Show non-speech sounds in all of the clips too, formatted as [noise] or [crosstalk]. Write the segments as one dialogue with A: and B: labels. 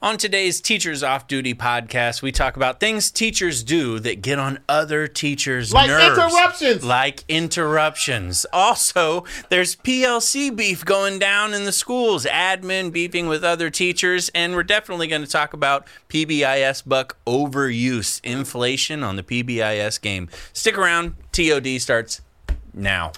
A: On today's Teachers Off Duty podcast, we talk about things teachers do that get on other teachers'
B: Like
A: nerves.
B: interruptions.
A: Like interruptions. Also, there's PLC beef going down in the schools, admin beefing with other teachers, and we're definitely going to talk about PBIS buck overuse, inflation on the PBIS game. Stick around. TOD starts now.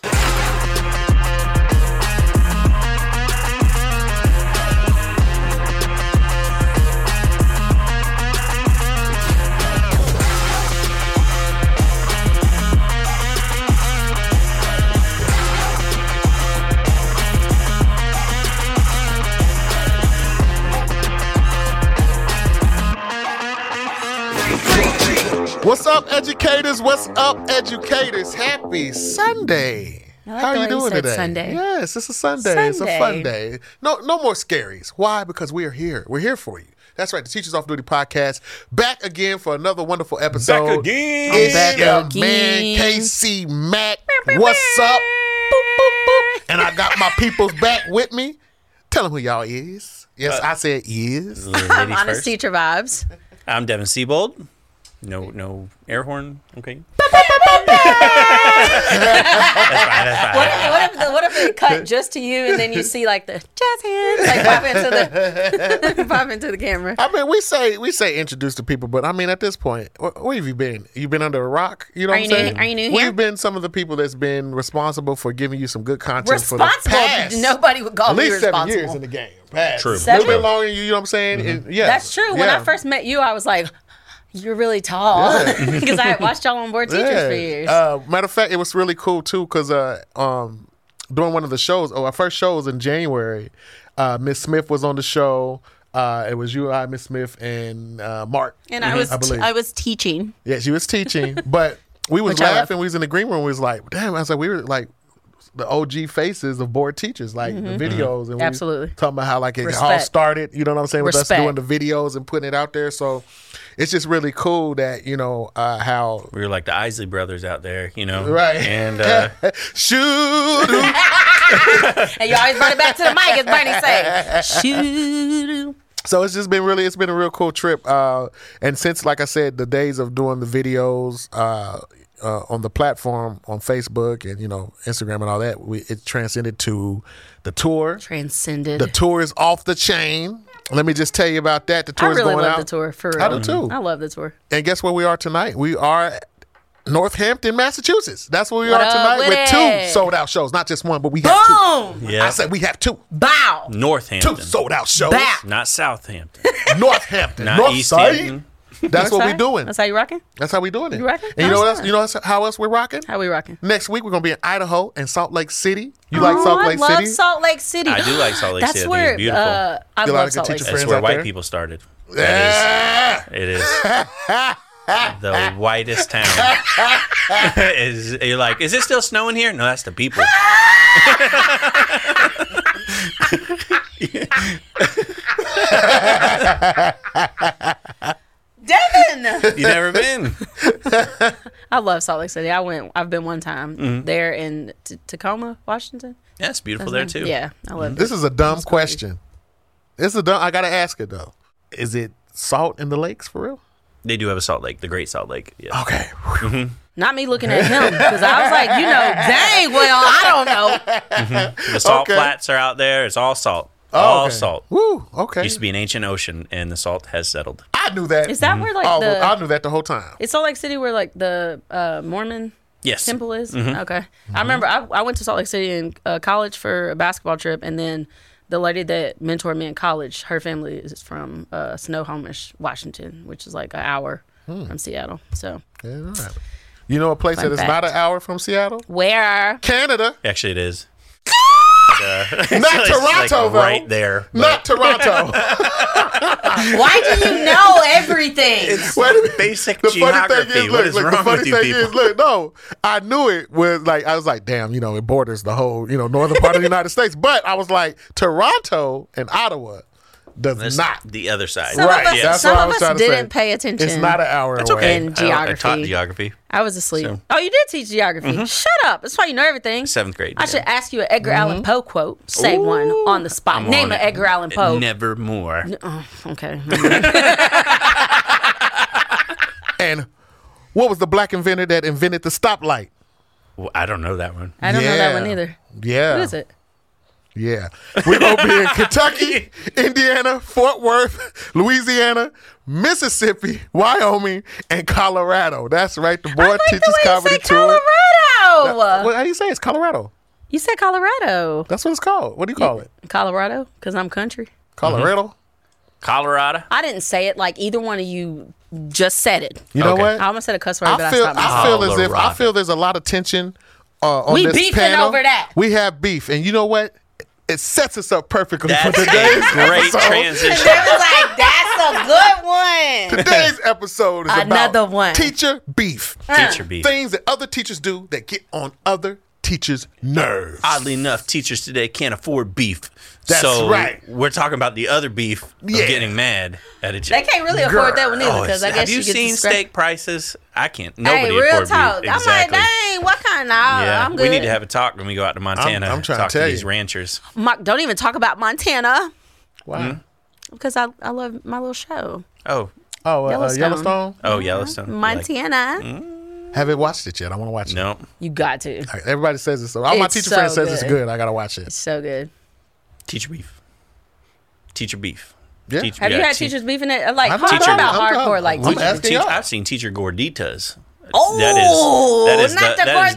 B: What's up, educators? What's up, educators? Happy Sunday.
C: I
B: How are you
C: thought you
B: doing
C: said
B: today?
C: Sunday.
B: Yes, it's a Sunday. It's a fun day. No, no more scaries. Why? Because we are here. We're here for you. That's right. The Teachers Off Duty podcast back again for another wonderful episode.
A: again.
B: It's
C: I'm back
B: your
C: again.
B: man KC Mack. What's up? Boop, boop, boop. And I got my peoples back with me. Tell them who y'all is. Yes, I said is.
C: [laughs] I'm honest teacher vibes.
A: I'm Devin Siebold. No, no air horn. Okay. that's fine. That's
C: What
A: fine.
C: if, what, if the, what if they cut just to you and then you see like the jazz hands like pop into the [laughs] pop into the camera?
B: I mean, we say we say introduce to people, but I mean, at this point, where, where have you been? You've been under a rock. You know
C: Are
B: what
C: you
B: I'm
C: new-
B: saying?
C: are you new
B: We've
C: here?
B: been some of the people that's been responsible for giving you some good content for the
C: Responsible?
B: past.
C: Nobody would call
B: at
C: me
B: least seven
C: responsible.
B: years in the game. Past.
A: True.
B: A
C: Seven?
B: little bit longer. than You, you know what I'm saying? And- yes.
C: That's true. When I
B: Yeah.
C: first met you, I was like, "You're really tall," [laughs] because I had watched y'all on board teachers
B: Yeah.
C: for years.
B: Uh, matter of fact, it was really cool too because uh, um, during one of the shows, oh, our first show was in January. Uh, Miss Smith was on the show. Uh, it was you, I, Miss Smith, and uh, Mark.
C: and I was
B: I believe.
C: I was teaching.
B: Yeah, she was
C: [laughs]
B: teaching, but we was
C: Which I love.
B: laughing. We was in the green room. We was like, damn. I was like, we were like the OG faces of board teachers, like the videos, and we
C: Mm-hmm. Absolutely.
B: talking about how like it all
C: Respect.
B: started. You know what I'm saying? With
C: Respect.
B: us doing the videos and putting it out there. So it's just really cool that you know uh, how.
A: We were like the Isley brothers out there, you know.
B: Right. [laughs]
A: And uh,
B: Shoot.
C: And you always brought it back to the mic, as Bernie
B: [laughs]
C: said. Shoot.
B: So it's just been really, it's been a real cool trip. Uh, and since, like I said, the days of doing the videos uh, uh, on the platform on Facebook and you know Instagram and all that, we, it transcended to the tour.
C: Transcended.
B: The tour is off the chain. Let me just tell you about that. The
C: I
B: tour is
C: really
B: going
C: love
B: out.
C: the tour for real.
B: I do too.
C: I love the tour.
B: And guess where we are tonight? We are at Northampton, Massachusetts. That's where we
C: What
B: are
C: up
B: tonight
C: with
B: with two
C: it?
B: sold out shows, not just one, but we have two.
C: Boom!
A: yeah,
B: I said we have two,
C: Bow!
B: two
A: Northampton,
B: sold out shows.
C: Back.
A: not Southampton,
B: Northampton,
A: not
B: North
A: East
B: Side.
A: Hampton.
B: That's what we're doing.
C: That's how you rocking?
B: That's how we doing it.
C: You reckon?
B: And you know
C: Nice
B: what else?
C: one.
B: You know else- how else we're rocking?
C: How we rocking?
B: Next week we're gonna be in Idaho and Salt Lake City. You like Salt Lake
C: Oh, I love
B: City?
C: Salt Lake City.
A: I do like Salt Lake
C: [gasps] That's
A: City. I think
C: Where,
A: it's beautiful.
C: Uh, I
B: Get a lot
C: love
B: of
C: Salt
B: good
C: Lake
B: teachers
C: City.
A: That's
B: friends
A: where
B: out
A: white
B: there.
A: people started. That
B: yeah.
A: is, it is
B: [laughs]
A: the whitest town. [laughs] is you're like, is it still snowing here? No, that's the people.
B: [laughs]
C: Devin!
A: You never been?
C: I love Salt Lake City. I went, I've been one time
A: Mm-hmm.
C: there in T- Tacoma, Washington.
A: Yeah, it's beautiful
C: That's
A: there
C: nice.
A: too.
C: Yeah, I love it.
B: This is a dumb question. This is a dumb. I gotta ask it though. Is it salt in the lakes for real?
A: They do have a Salt Lake, the Great Salt Lake. Yeah.
B: Okay.
C: Not me looking at him because I was like,
B: [laughs]
C: you know, dang, well, I don't know.
A: The salt
B: Oh, Okay. Oh,
A: flats are out there. It's all salt. all
B: okay.
A: salt.
B: Woo. Okay.
A: Used to be an ancient ocean, and the salt has settled.
B: I knew that.
C: Is that where like
B: oh,
C: the?
B: I knew that the whole time.
C: It's Salt Lake City where like the uh, Mormon
A: Yes. Mm-hmm.
C: temple is. Okay, I remember I, I went to Salt Lake City in uh, college for a basketball trip, and then the lady that mentored me in college, her family is from uh, Snohomish, Washington, which is like an hour
B: Hmm.
C: from Seattle. So
B: Yeah, all right. You know a place
C: Fun
B: that is
C: fact.
B: not an hour from Seattle? [laughs]
C: where?
B: Canada.
A: Actually, it is.
B: Not
A: It's like
B: Toronto though.
A: right there. but [laughs]
B: Not Toronto.
C: Why do you know everything?
B: Wait a minute.
A: Basic
B: the
A: geography.
B: funny thing is,
A: what
B: look,
A: is
B: look,
A: wrong
B: the funny
A: with you
B: thing
A: people?
B: is, look, no, I knew it was like I was like, damn, you know, it borders the whole, you know, northern part of the United States. But I was like, Toronto and Ottawa does
A: That's
B: not.
A: the other side.
C: Some
B: Right,
C: of us,
B: that's
C: some
B: what I
C: of
B: was
C: us
B: trying to say.
C: didn't pay attention.
B: It's not an hour
A: That's
B: away.
A: okay.
C: And
A: I don't- I, taught
C: geography.
A: geography.
C: I was asleep.
A: So- Mm-hmm.
C: Oh, you did teach geography. Shut up. That's why you know everything.
A: Seventh grade.
C: I should ask you an Edgar Allan
B: Mm-hmm.
C: Poe quote. Say one on the spot.
A: I'm
C: Name
A: on
C: an
A: it.
C: Edgar Allan Poe.
A: Never more.
C: Oh, okay.
B: And what was the black inventor that invented the stoplight?
A: Well, I don't know that one.
C: I don't know that
B: Yeah.
C: one either.
B: Yeah.
C: Who is it?
B: Yeah. We're going to be
A: [laughs]
B: in Kentucky, Indiana, Fort Worth, Louisiana, Mississippi, Wyoming, and Colorado. That's right. The boy
C: I like the
B: teaches
C: way you
B: comedy
C: said
B: tour.
C: Colorado.
B: What, how do you say it? it's Colorado?
C: you said Colorado.
B: That's what it's called. What do you call it?
C: Colorado, because I'm country.
B: Colorado?
A: Mm-hmm. Colorado.
C: I didn't say it like either one of you just said it.
B: You know
A: Okay.
B: what?
C: I almost said a cuss word,
B: I
C: but
B: feel
C: I stopped myself.
B: I feel as if I
A: Colorado.
B: feel there's a lot of tension uh, on
C: We
B: this
C: beefing
B: panel.
C: over that.
B: We have beef, and you know what? It sets us up perfectly
A: That's
B: for today's
A: a great
B: episode.
A: transition.
C: [laughs] They was like, that's a good one.
B: [laughs] Today's episode is
C: Another
B: about
C: one.
B: teacher beef.
A: Teacher beef.
B: Things that other teachers do that get on other teachers' nerves.
A: Oddly enough, teachers today can't afford beef.
B: That's
A: so
B: right.
A: We're talking about the other beef of
B: Yeah.
A: getting mad at a
C: They
A: job.
C: can't really afford that one either, because I guess
A: oh, have you,
C: get
A: seen
C: discre-
A: steak prices? I can't. Nobody
C: Hey, real
A: afford
C: talk.
A: beef.
C: I'm like, dang, what kind of?
A: yeah,
C: I'm good.
A: we need to have a talk when we go out to Montana.
B: I'm
A: and
B: trying to
A: talk
B: tell
A: these
B: you.
A: ranchers.
C: Mark, don't even talk about Montana
B: wow.
A: Mm-hmm.
C: because I, I love my little show,
A: Oh,
B: Oh, uh, uh, Yellowstone.
C: Yellowstone.
A: oh,
C: Mm-hmm.
A: Yellowstone. You like- hmm?
C: Montana.
B: Haven't watched it yet. I want to watch it.
A: no,
C: You got to.
B: Like, Everybody says it's so. All my
C: It's
B: teacher
C: so
B: friends says it's
C: good.
B: good. I gotta watch it.
C: So good.
A: teacher beef. Teacher beef.
B: Yeah.
A: Teacher-
C: Have you
A: yeah,
C: had
A: te-
C: teachers beefing it? Like,
B: I'm
C: hard,
A: teacher-
C: what about
B: I'm
C: hardcore?
B: trying-
C: Like,
B: I'm
C: teachers.
B: asking
A: Teach-
B: y'all.
A: I've seen teacher gorditas.
C: Oh, not the
A: that is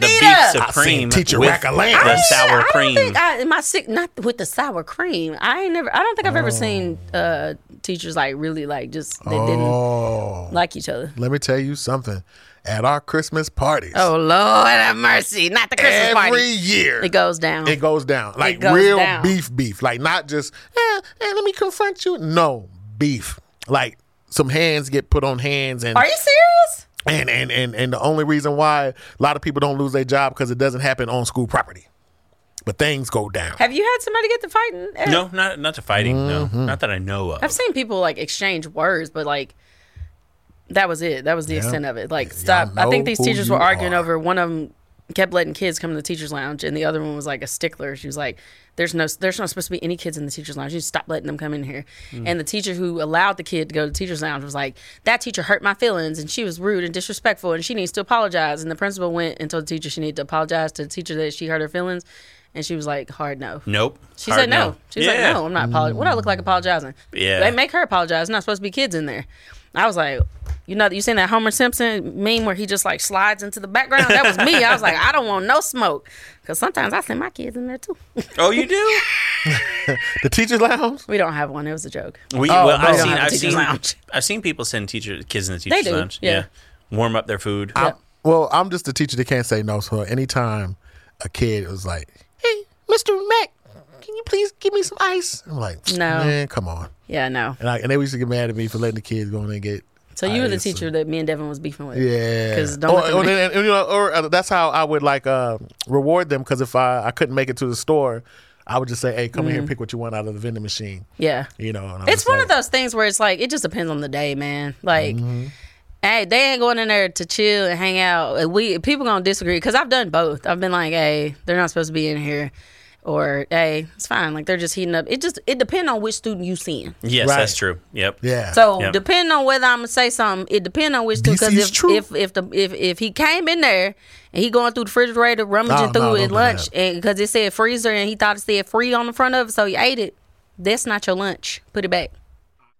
A: the
C: gordita.
A: beef
B: I've seen
A: supreme.
B: teacher
A: with
B: rack-a-lamb.
A: The
B: I-
A: sour
C: I don't
A: cream.
C: think I, my sick not with the sour cream. I ain't never. I don't think I've ever seen
A: Oh.
C: uh, teachers like really like just they
B: Oh.
C: didn't like each other.
B: Let me tell you something. At our Christmas parties,
C: Oh Lord have mercy! Not the Christmas
B: every
C: party.
B: year
C: It goes down.
B: it goes down like
C: goes
B: real
C: down.
B: beef beef like not just eh, eh, let me confront you no beef like some hands get put on hands and
C: Are you serious?
B: and, and and and the only reason why a lot of people don't lose their job because it doesn't happen on school property but things go down
C: Have you had somebody get to fighting? Eh,
A: No, not not to fighting.
B: Mm-hmm.
A: No, not that I know of.
C: I've seen people like exchange words, but like that was it. That was the extent of it. Like stop. I think
B: know
C: these
B: who
C: teachers
B: you
C: were arguing
B: are.
C: over one of them kept letting kids come to the teachers lounge and the other one was like a stickler. She was like there's no there's not supposed to be any kids in the teachers lounge. You stop letting them come in here.
B: Hmm.
C: And the teacher who allowed the kid to go to the teachers lounge was like that teacher hurt my feelings and she was rude and disrespectful and she needs to apologize. And the principal went and told the teacher she needed to apologize to the teacher that she hurt her feelings. And she was like, hard no.
A: Nope.
C: She
A: Hard
C: said no. She was
A: Yeah. Mm.
C: like, no, I'm not apologizing. What do I look like apologizing?
A: Yeah.
C: They make her apologize. There's not supposed to be kids in there. I was like, you know, you seen that Homer Simpson meme where he just like slides into the background? That was me. I was like, I don't want no smoke. Because sometimes I send my kids in there too. [laughs]
A: Oh, you do?
B: the teachers lounge
C: we don't have one. It was a joke.
A: We,
B: Oh,
A: well,
B: no.
A: I've
B: They don't
A: seen,
C: have a
A: I've
C: teacher's
A: seen,
C: lounge.
A: I've seen people send teacher kids in the teachers
C: do,
A: lounge.
C: yeah.
A: warm up their food.
B: well i'm just a teacher that can't say no so anytime a kid was like hey mr mac can you please give me some ice i'm like
C: No.
B: man come on
C: Yeah, no.
B: and, I, and they used to get mad at me for letting the kids go in there and get
C: So you were the
B: ice and-
C: teacher that me and Devin was beefing with.
B: Yeah,
C: 'Cause don't
B: or,
C: let them
B: or,
C: in.
B: and- and, you know, or uh, that's how I would like uh, reward them because if I, I couldn't make it to the store, I would just say, "Hey, come in here, and pick what you want out of the vending machine."
C: Yeah.
B: You know, and I'm
C: Mm-hmm. It's
B: just
C: one
B: like,
C: of those things where it's like it just depends on the day, man. Like,
B: Mm-hmm.
C: hey, they ain't going in there to chill and hang out. We people gonna disagree because I've done both. I've been like, hey, they're not supposed to be in here, or hey, it's fine. Like they're just heating up. It just it depends on which student you seeing.
A: Yes,
B: Right.
A: that's true. Yep.
B: Yeah.
C: So
A: Yep.
C: depending on whether I'm gonna say something, it depends on which
B: This
C: student.
B: is
C: Because
B: true.
C: if, if if the if if he came in there and he going through the refrigerator rummaging
B: No,
C: through
B: no, don't
C: his
B: do
C: lunch,
B: that.
C: and because it said freezer and he thought it said free on the front of it, so he ate it. That's not your lunch. Put it back.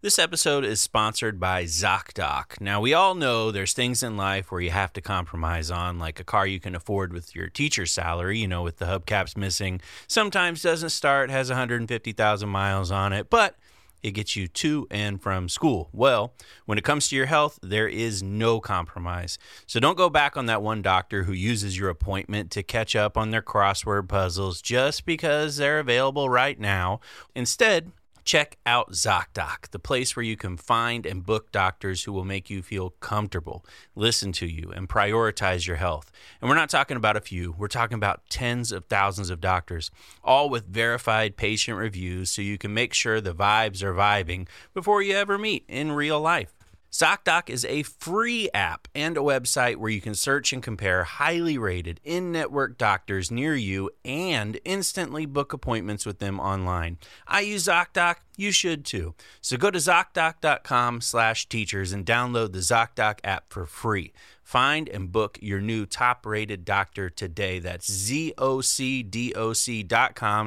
A: This episode is sponsored by ZocDoc. Now, we all know there's things in life where you have to compromise on, like a car you can afford with your teacher's salary, you know, with the hubcaps missing, sometimes doesn't start, has 150,000 miles on it, but it gets you to and from school. Well, when it comes to your health, there is no compromise. So don't go back on that one doctor who uses your appointment to catch up on their crossword puzzles just because they're available right now. Instead, check out ZocDoc, the place where you can find and book doctors who will make you feel comfortable, listen to you, and prioritize your health. And we're not talking about a few, we're talking about tens of thousands of doctors, all with verified patient reviews so you can make sure the vibes are vibing before you ever meet in real life. ZocDoc is a free app and a website where you can search and compare highly rated in network doctors near you and instantly book appointments with them online. I use ZocDoc, you should too. So go to ZocDoc.com slash teachers and download the ZocDoc app for free. Find and book your new top rated doctor today. That's ZocDoc.com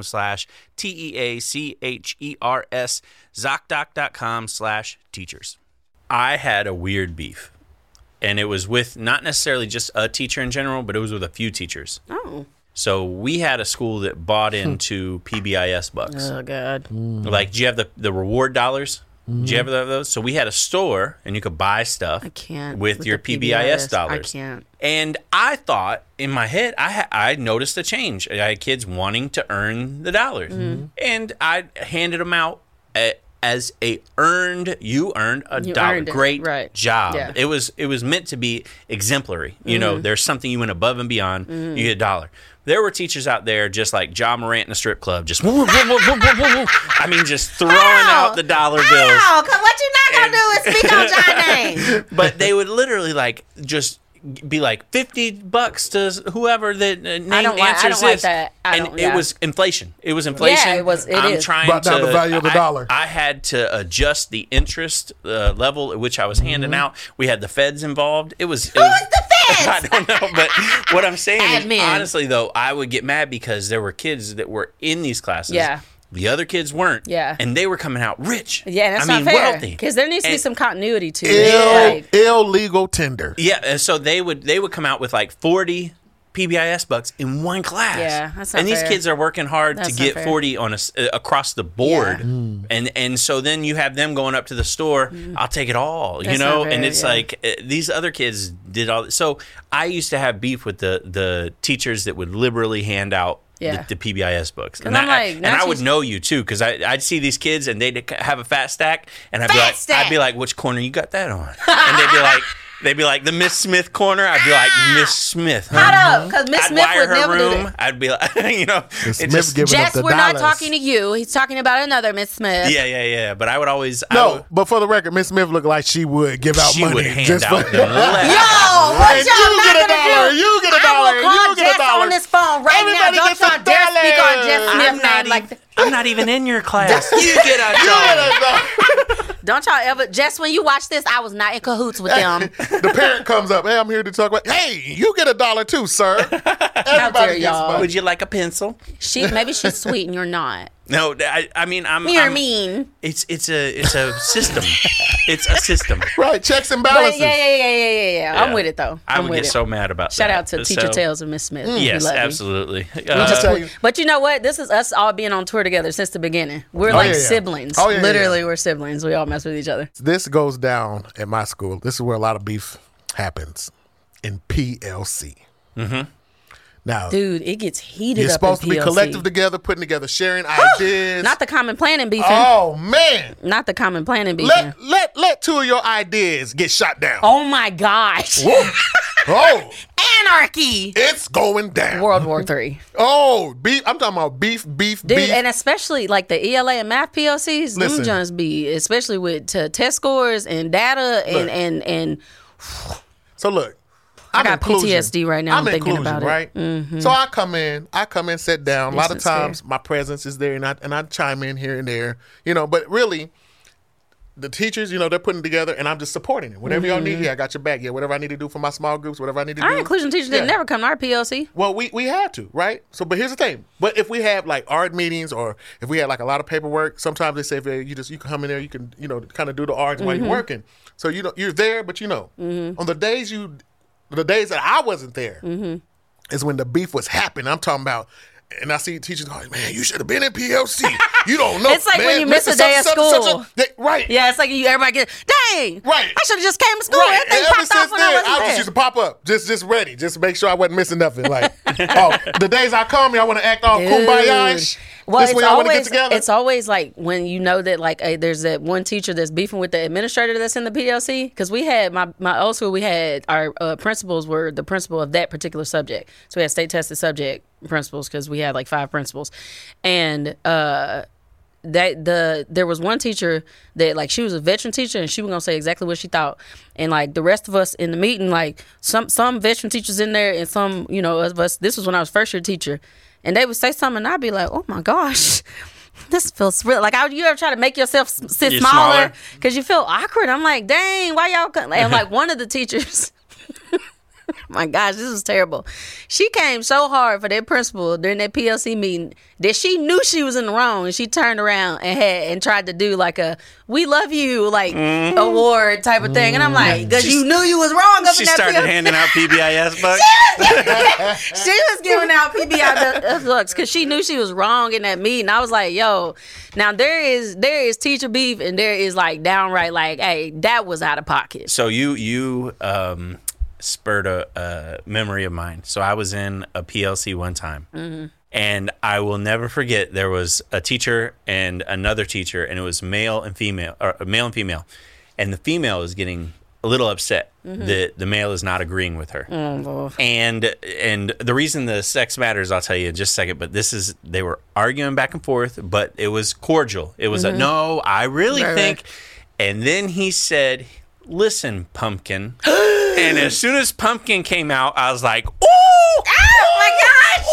A: slash T E A C H E R S, ZocDoc.com slash teachers. I had a weird beef, and it was with not necessarily just a teacher in general, but it was with a few teachers.
C: Oh.
A: So we had a school that bought into PBIS bucks.
C: Oh God.
A: Like, do you have the, the reward dollars? Do you ever have those? So we had a store, and you could buy stuff.
C: I can't
A: with, your
C: the
A: PBIS,
C: I
A: dollars.
C: can't.
A: And I thought in my head, I ha- I noticed a change. I had kids wanting to earn the dollars,
C: Mm-hmm.
A: and I handed them out a, as a earned. You earned a
C: You
A: dollar.
C: earned it,
A: Great
C: right.
A: job.
C: Yeah. Mm-hmm.
A: It was it was meant to be exemplary. You know, there's something you went above and beyond. You get a dollar. There were teachers out there just like John Morant in a strip club, just [laughs] woo, woo, woo, woo, woo, woo, woo. I mean, just throwing out the dollar bills.
D: Oh, cause what you not gonna do is speak on
B: [laughs]
D: John's name.
A: but they would literally like just be like 50 bucks to whoever that uh, name
C: don't like- I
A: answers
C: don't like
A: this.
C: that. I
A: and
C: don't-
A: it
C: yeah.
A: was inflation it was inflation
C: it was- it
A: i'm
C: is.
A: trying
B: Brought
A: to
B: down the value of the
A: I-
B: dollar.
A: I had to adjust the interest uh, level at which i was
C: Mm-hmm.
A: handing out we had the feds involved it was it
D: Who is the
A: [laughs] I
D: feds?
A: don't know, but what I'm saying is,
D: Admin.
A: honestly though, I would get mad because there were kids that were in these classes.
C: Yeah.
A: The other kids weren't.
C: Yeah.
A: And they were coming out rich.
C: Yeah, that's
A: I mean
C: not fair.
A: wealthy.
C: Because there needs to be
A: And-
C: some continuity to
B: Ill,
C: it. Like,
B: illegal tender.
A: Yeah, and so they would they would come out with like forty PBIS bucks in one class.
C: Yeah, that's not
A: and these
C: fair.
A: kids are working hard
C: That's
A: to
C: not
A: get
C: fair.
A: forty on a s uh, across the board,
C: Yeah.
A: and and so then you have them going up to the store. I'll take it all, you
C: Mm. That's
A: know.
C: not fair,
A: and it's
C: yeah.
A: like uh, these other kids did all. So I used to have beef with the the teachers that would liberally hand out.
C: Yeah.
A: The, the PBIS books, and, I,
C: I'm like,
A: and
C: now
A: I would
C: she's-
A: know you too, because I I'd see these kids and they'd have a fat stack, and I'd be
D: Fat
A: like, I'd
D: stack.
A: be like, which corner you got that on? And they'd be
C: [laughs]
A: like, they'd be like the Miss Smith corner. I'd be like Miss Smith. Huh?
C: Shut up, because Miss
A: I'd
C: Smith
A: wire
C: would
A: her
C: never do
A: room.
C: that.
A: I'd be like, [laughs] you know, it
B: Smith
A: just-
B: giving up
C: Jess,
B: Mm-hmm. the
C: we're not
B: dollars.
C: talking to you. He's talking about another Miss Smith.
A: [laughs] yeah, yeah, yeah. But I would always I
B: No,
A: would-
B: but for the record, Miss Smith looked like she would give out
A: she
B: money
A: would hand
B: just
A: out the
B: for [laughs]
A: left.
D: Oh, what
B: And
D: y'all
B: you
D: not
B: get a
D: gonna
B: dollar,
D: do?
B: you get a dollar,
D: I will call
B: you get a
D: Jess
B: dollar.
D: on this phone right
B: Everybody
D: now. Don't
B: gets a
D: y'all dare speak on Jess
B: dollar.
A: I'm
D: Smith's
A: not,
D: name
A: even,
D: like that.
A: I'm not even in your class. [laughs]
C: [laughs]
A: you get out your
C: Don't y'all ever, just when you watch this, I was not in cahoots with them.
B: [laughs] Um, the parent comes up. Hey, I'm here to talk about. Hey, you get a dollar too, sir.
A: [laughs]
B: Everybody gets
C: y'all.
B: money.
A: Would you like a pencil?
C: She maybe she's sweet and
B: [laughs]
C: you're not.
A: No, I, I mean I'm.
C: You're
A: I'm-
C: mean.
A: It's it's a it's a
C: [laughs]
A: system. it's a system.
B: Right, checks and
C: But
B: balances.
C: yeah, yeah, yeah, yeah, yeah, yeah.
A: Yeah.
C: I'm with it though.
A: I
C: I'm
A: would
C: with
A: get
C: it.
A: so mad about
C: Shout
A: that.
C: out to Teacher
A: So-
C: Tales and Miss Smith. We
A: Yes,
C: love you.
A: absolutely. Uh,
B: Let me just tell you,
C: But you know what? This is us all being on tour together since the beginning. We're like
B: yeah, yeah.
C: siblings.
B: Oh, yeah, yeah,
C: Literally,
B: yeah.
C: we're siblings. We all mess with each other.
B: this goes down at my school. This is where a lot of beef happens in PLC. Mm-hmm. Now
C: Dude, it gets heated
B: you're
C: up. in
B: supposed to be
C: PLC.
B: collective together, putting together, sharing ideas.
C: Not the common planning beefing.
B: oh man,
C: Not the common planning beefing.
B: let let let two of your ideas get shot down.
C: oh my gosh.
B: Whoa. oh,
C: Anarchy.
B: it's going down.
C: World War Three.
B: [laughs] Oh, beef. I'm talking about beef, beef,
C: Dude,
B: beef.
C: and especially like the ELA and math PLCs,
B: Listen.
C: them Johns be, especially with t- test scores and data and,
B: Look.
C: and, and
B: so look, I'm
C: got
B: inclusion.
C: PTSD right now, I'm thinking
B: inclusion,
C: about it.
B: right? So I come in, I come in, sit down. A lot of
C: Isn't it scary?
B: times my presence is there, and I and I chime in here and there, you know. But really, the teachers, you know, they're putting together, and I'm just supporting it. Whatever y'all need, yeah, I got your back. Yeah, whatever I need to do for my small groups, whatever I need to
C: Mm-hmm. our
B: do.
C: inclusion teachers
B: Mm. Yeah.
C: didn't never come to our PLC.
B: Well, we, we had to, right? So, but here's the thing. But if we have like art meetings or if we had like a lot of paperwork, sometimes they say if you just you can come in there, you can you know kind of do the arts while you're
C: Mm-hmm.
B: working. So you know you're there, but you know on the days you, the days that I wasn't there,
C: Mm-hmm.
B: is when the beef was happening. I'm talking about. And I see teachers going, man, you should have been in PLC. You
C: [laughs]
B: don't know.
C: It's like when
B: man,
C: you miss
B: Mr.
C: a day
B: such-
C: of
B: such- such a-
C: school.
B: they- right.
C: Yeah, it's like you everybody get dang.
B: Right.
C: I should have just came to school.
B: Right. Ever
C: Everything popped off
B: since
C: when I
B: then,
C: wasn't
B: I
C: there.
B: just used to pop up, just just ready, just make sure I wasn't missing nothing. Like, oh, the days I come here, I want to act all
C: Dude.
B: kumbaya.
C: Well,
B: This
C: it's
B: when y'all wanna get
C: always
B: together?
C: it's always like when you know that like uh, there's that one teacher that's beefing with the administrator that's in the PLC because we had my my old school we had our uh, principals were the principal of that particular subject so we had state tested subject principals because we had like five principals and uh that the there was one teacher that like she was a veteran teacher and she was gonna say exactly what she thought and like the rest of us in the meeting like some some veteran teachers in there and some you know of us this was when i was first year teacher and they would say something and i'd be like oh my gosh [laughs] this feels real like I, you ever try to make yourself s- sit
A: You're
C: smaller
A: smaller.
C: because you feel awkward i'm like dang why y'all co-? and like one of the teachers my gosh, this was terrible. She came so hard for that principal during that PLC meeting that she knew she was in the wrong and she turned around and had and tried to do like a we love you like
A: Mm-hmm.
C: award type of thing. And I'm like, because you knew you was wrong up
A: She
C: in that
A: started
C: PLC.
A: handing out PBIS bucks.
C: [laughs] she was giving out [laughs] PBI bu- looks because she knew she was wrong in that meeting. I was like, yo, now there is there is teacher beef and there is like downright like, hey, that was out of pocket.
A: So you you um, spurred a, a memory of mine. So I was in a PLC one time, and I will never forget. There was a teacher and another teacher, and it was male and female, or uh, male and female, and the female is getting a little upset that the male is not agreeing with her. And and the reason the sex matters, I'll tell you in just a second. But this is they were arguing back and forth, but it was cordial. It was a no. I really
C: Mm-hmm. Right,
A: think. And then he said, "Listen,
C: [gasps]
A: pumpkin." and as soon as pumpkin came out, I was like, "Ooh!"
D: Oh my gosh!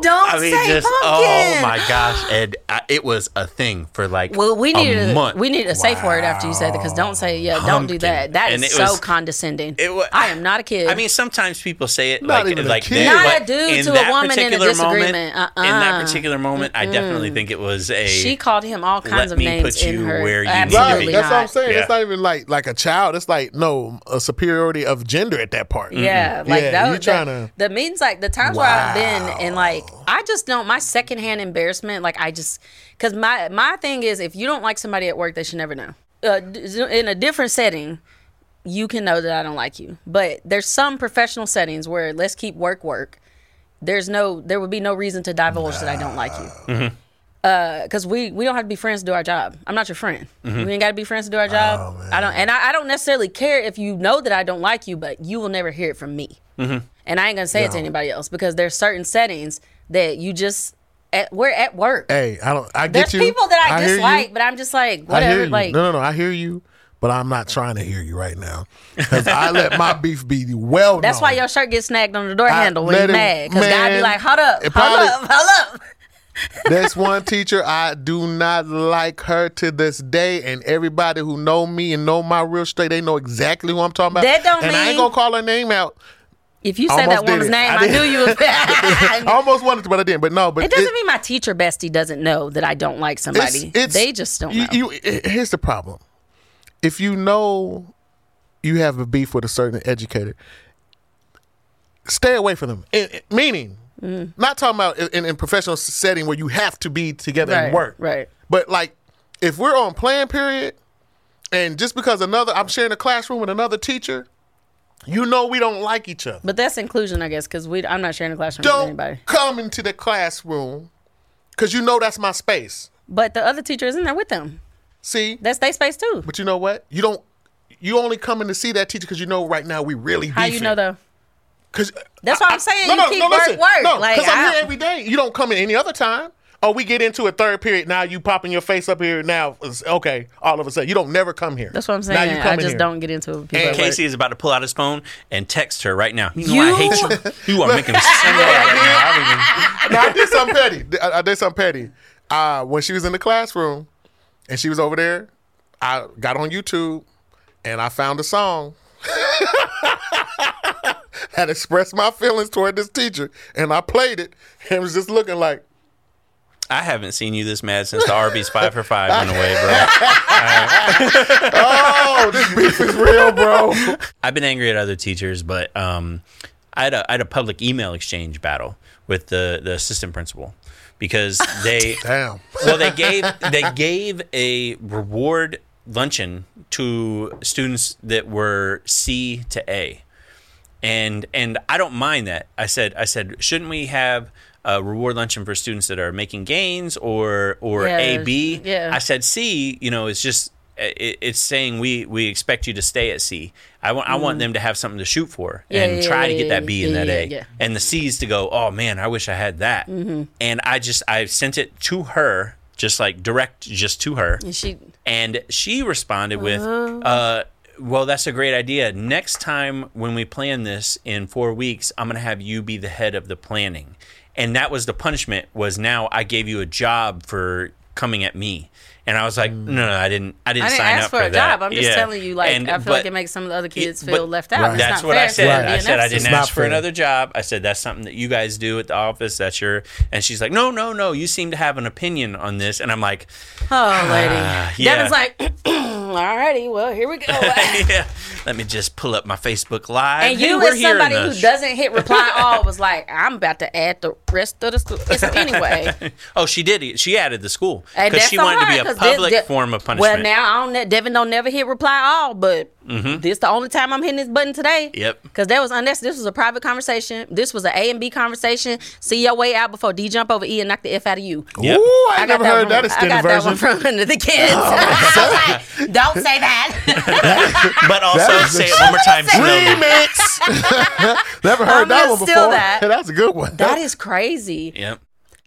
C: Don't
A: I mean,
C: say
A: just
C: pumpkin.
A: oh my gosh! And I, it was a thing for like
C: Well, we need
A: a,
C: a,
A: month.
C: we need a safe word after you say that because don't say yeah, don't do
A: Pumpkin.
C: that. That
A: And
C: is
A: it
C: so
A: was-
C: condescending.
A: it wa-
C: I am not a kid.
A: I mean, sometimes people say it
B: Not
A: like,
B: even a
A: like
B: kid.
A: that,
B: Not
C: a
A: but
C: dude
A: in
C: to a
A: that
C: woman in a
A: particular moment,
C: disagreement.
A: In
C: Uh-uh.
A: that particular moment, I definitely think it was a.
C: she called him all kinds
A: Let
C: of
A: me
C: names
A: put
C: in
A: you
C: her.
A: where you need to
B: Right,
C: Absolutely
A: be.
B: that's what I'm
C: not.
B: saying.
A: Yeah.
B: It's not even like like a child. It's like no a superiority of gender at that part.
C: Yeah, like
B: Yeah,
C: that.
B: you
C: was-
B: trying
C: the,
B: to-
C: the means like the times where I've been and like I just don't my secondhand embarrassment. Like I just because my my thing is if you don't like somebody at work, they should never know. Uh, d- in a different setting, you can know that I don't like you. But there's some professional settings where let's keep work work. There's no there would be no reason to divulge that I don't like you.
B: Mm-hmm.
C: because we we don't have to be friends to do our job. I'm not your friend.
B: Mm-hmm.
C: We ain't got to be friends to do our
B: Oh,
C: job. I don't, and I, I don't necessarily care if you know that I don't like you, but you will never hear it from me.
B: Mm-hmm.
C: And I ain't gonna say it to anybody else because there's certain settings that you just at, we're at work.
B: Hey, I don't. I
C: there's
B: get you.
C: people that I,
B: hear you.
C: dislike, but I'm just like
B: I hear
C: whatever.
B: you.
C: Like
B: no, no, no. I hear you, but I'm not trying to hear you right now because I let my beef be well.
C: that's
B: known.
C: why your shirt gets snagged on the door
B: I
C: handle when
B: let
C: you're
B: it-
C: mad because God be
B: man,
C: like, hold up, hold
B: it probably-
C: up, hold up.
B: That's one teacher I do not like her to this day, and everybody who know me and know my real state, they know exactly who I'm talking about.
C: That don't
B: and I
C: mean-
B: ain't gonna call her name out.
C: If you said
B: Almost
C: that
B: did
C: woman's
B: it.
C: name,
B: I
C: I,
B: did.
C: knew you
B: [laughs]
C: was
B: I almost wanted to, but I didn't. But no, but
C: It doesn't mean my teacher bestie doesn't know that I don't like somebody. they just don't
B: you,
C: know.
B: you- i- here's the problem: if you know you have a beef with a certain educator, stay away from them. I- I- meaning,
C: Mm.
B: not talking about in- in, in professional setting where you have to be together
C: Right,
B: and work.
C: right.
B: But like, if we're on plan period, and just because another I'm sharing a classroom with another teacher, you know we don't like each other.
C: But that's inclusion, I guess, because we I'm not sharing a classroom with
B: Don't
C: anybody.
B: come into the classroom because you know that's my space.
C: But the other teacher is in there with them.
B: See,
C: That's their space too.
B: But you know what? You don't. You only coming to see that teacher because you know right now we really.
C: How you know though?
B: Because
C: That's what I'm saying. You keep work,
B: listen.
C: work.
B: No,
C: Like,
B: because I'm
C: I-
B: here every day. You don't come in any other time. Oh, we get into a third period. Now you popping your face up here. Now it's- okay. All of a sudden, you don't never come here.
C: That's what I'm
B: Now you
C: saying.
B: come
C: I
B: in
C: just
B: here.
C: don't get into it with people. at work.
A: Casey is about to pull out his phone and text her right now. You know I
C: You-
A: hate you. You are making me so mad right now. I don't even-
C: [laughs]
B: now I did something petty. I, I did something petty. Uh, when she was in the classroom and she was over there, I got on YouTube and I found a song [laughs] that expressed my feelings toward this teacher, and I played it and was just looking like.
A: I haven't seen you this mad since the Arby's five for five went away, bro.
B: Oh, this beef is real, bro.
A: I've been angry at other teachers, but um, I had a I had a public email exchange battle with the the assistant principal because
B: [laughs]
A: they
B: Damn.
A: well they gave they gave a reward luncheon to students that were C to A. and and I don't mind that. I said I said shouldn't we have uh, reward luncheon for students that are making gains or or
C: Yeah,
A: A B.
C: yeah.
A: I said C. You know, it's just it, it's saying we we expect you to stay at C. I want I want them to have something to shoot for
C: Mm-hmm. Yeah,
A: and
C: yeah,
A: try to
C: yeah,
A: get that
C: yeah,
A: B
C: yeah,
A: and that
C: yeah,
A: A
C: yeah.
A: and the C's to go. Oh man, I wish I had that.
C: Mm-hmm.
A: And I just I sent it to her. Just like direct, just to her.
C: And she Uh-huh.
A: And she responded with, uh, Well, that's a great idea. Next time when we plan this in four weeks, I'm going to have you be the head of the planning. And that was the punishment was now I gave you a job for coming at me. And I was like, no, no, I didn't. I didn't,
C: Mm. I didn't
A: sign
C: ask
A: up
C: for a
A: that.
C: job. I'm just
A: Yeah.
C: telling you, like
A: And-
C: I feel like
A: but-
C: it makes some of the other kids
A: it-
C: feel
A: but-
C: left out.
B: Right.
C: It's
A: that's
C: not
A: what
C: fair
A: I
C: for
A: said.
C: them to be
A: I
C: an
A: said I
C: upset.
A: didn't
B: not
A: ask for
B: fair.
A: another job. I said that's something that you guys do at the office. That's your. And she's like, no, no, no. You seem to have an opinion on this. And I'm like, [laughs]
C: Oh, lady.
A: Uh, yeah.
C: Devin's like, [clears throat] alrighty, well, here we
A: [laughs]
C: go.
A: yeah. Let me just pull up my Facebook Live.
C: and
A: Hey,
C: you,
A: we're
C: as somebody
A: hearing
C: who
A: us.
C: doesn't
A: [laughs]
C: hit reply all, was like, I'm about to add the rest of the school.
A: [laughs]
C: It's anyway.
A: Oh, she did. She added the school
C: And
A: because she
C: that's
A: wanted
C: all
A: to
C: right,
A: be a
C: 'cause this-
A: public
C: this-
A: form of punishment. Mm-hmm.
C: Well, now I don't. ne- Devin don't never hit reply all, but this the only time I'm hitting this button today.
A: Yep.
C: Because that was unnecessary. This was a private conversation. This was an A and B conversation. See your way out before D jump over E and knock the F out of you.
A: Yep.
B: Ooh, I, ain't Oh, never
C: got
B: heard that
C: one- I
B: extended
C: got that one
B: version. Oh,
C: from [laughs] under
B: [laughs]
C: the kids.
D: I was like, don't say that.
A: but also
B: That is
A: say it one more time slowly.
B: Remix. [laughs] never heard
C: I'm
B: that
C: gonna
B: one
C: steal
B: before.
C: that.
B: Hey, [laughs] that's a good one.
C: [laughs] that is crazy.
A: Yep.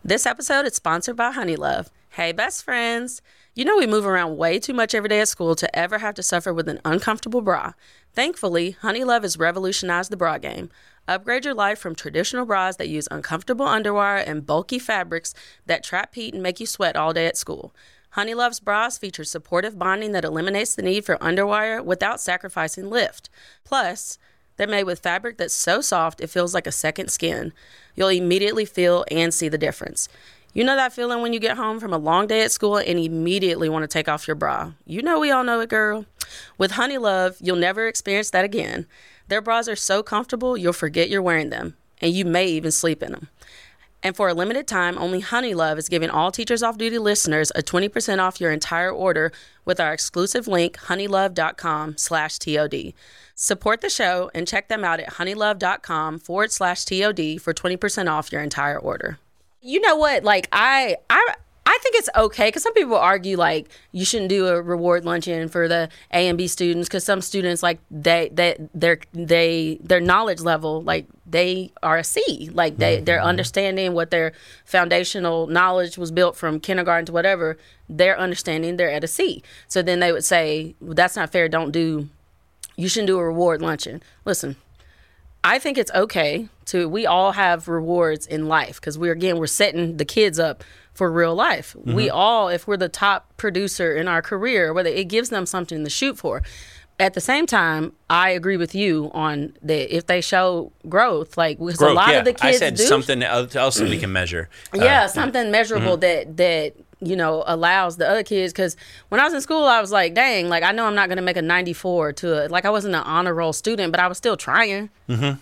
C: This episode is sponsored by Honey Love. Hey, best friends. You know, we move around way too much every day at school to ever have to suffer with an uncomfortable bra. Thankfully, Honey Love has revolutionized the bra game. Upgrade your life from traditional bras that use uncomfortable underwire and bulky fabrics that trap heat and make you sweat all day at school. Honey Love's bras feature supportive bonding that eliminates the need for underwire without sacrificing lift. Plus, they're made with fabric that's so soft it feels like a second skin. You'll immediately feel and see the difference. You know that feeling when you get home from a long day at school and immediately want to take off your bra. You know we all know it, girl. With Honey Love, you'll never experience that again. Their bras are so comfortable, you'll forget you're wearing them, and you may even sleep in them. And for a limited time, only Honey Love is giving all Teachers Off Duty listeners a 20% off your entire order with our exclusive link, honeylove.com slash TOD. Support the show and check them out at honeylove.com forward slash TOD for 20% off your entire order. You know what? Like, I, I, I think it's okay because some people argue like you shouldn't do a reward luncheon for the A and B students because some students like they they their they their knowledge level like they are a C like they they're understanding what their foundational knowledge was built from kindergarten to whatever they're understanding they're at a C so then they would say well, that's not fair don't do you shouldn't do a reward luncheon listen I think it's okay to we all have rewards in life because we're again we're setting the kids up for real life. We
A: Mm-hmm.
C: all, if we're the top producer in our career, whether it gives them something to shoot for. At the same time, I agree with you on that. If they show growth, like 'cause a
A: Broke,
C: lot
A: yeah.
C: of the
A: I
C: kids
A: said
C: do
A: something else else that we can measure. Uh,
C: yeah something measurable that that you know allows the other kids because when i was in school i was like dang like i know i'm not going to make a 94 to it like i wasn't an honor roll student but i was still trying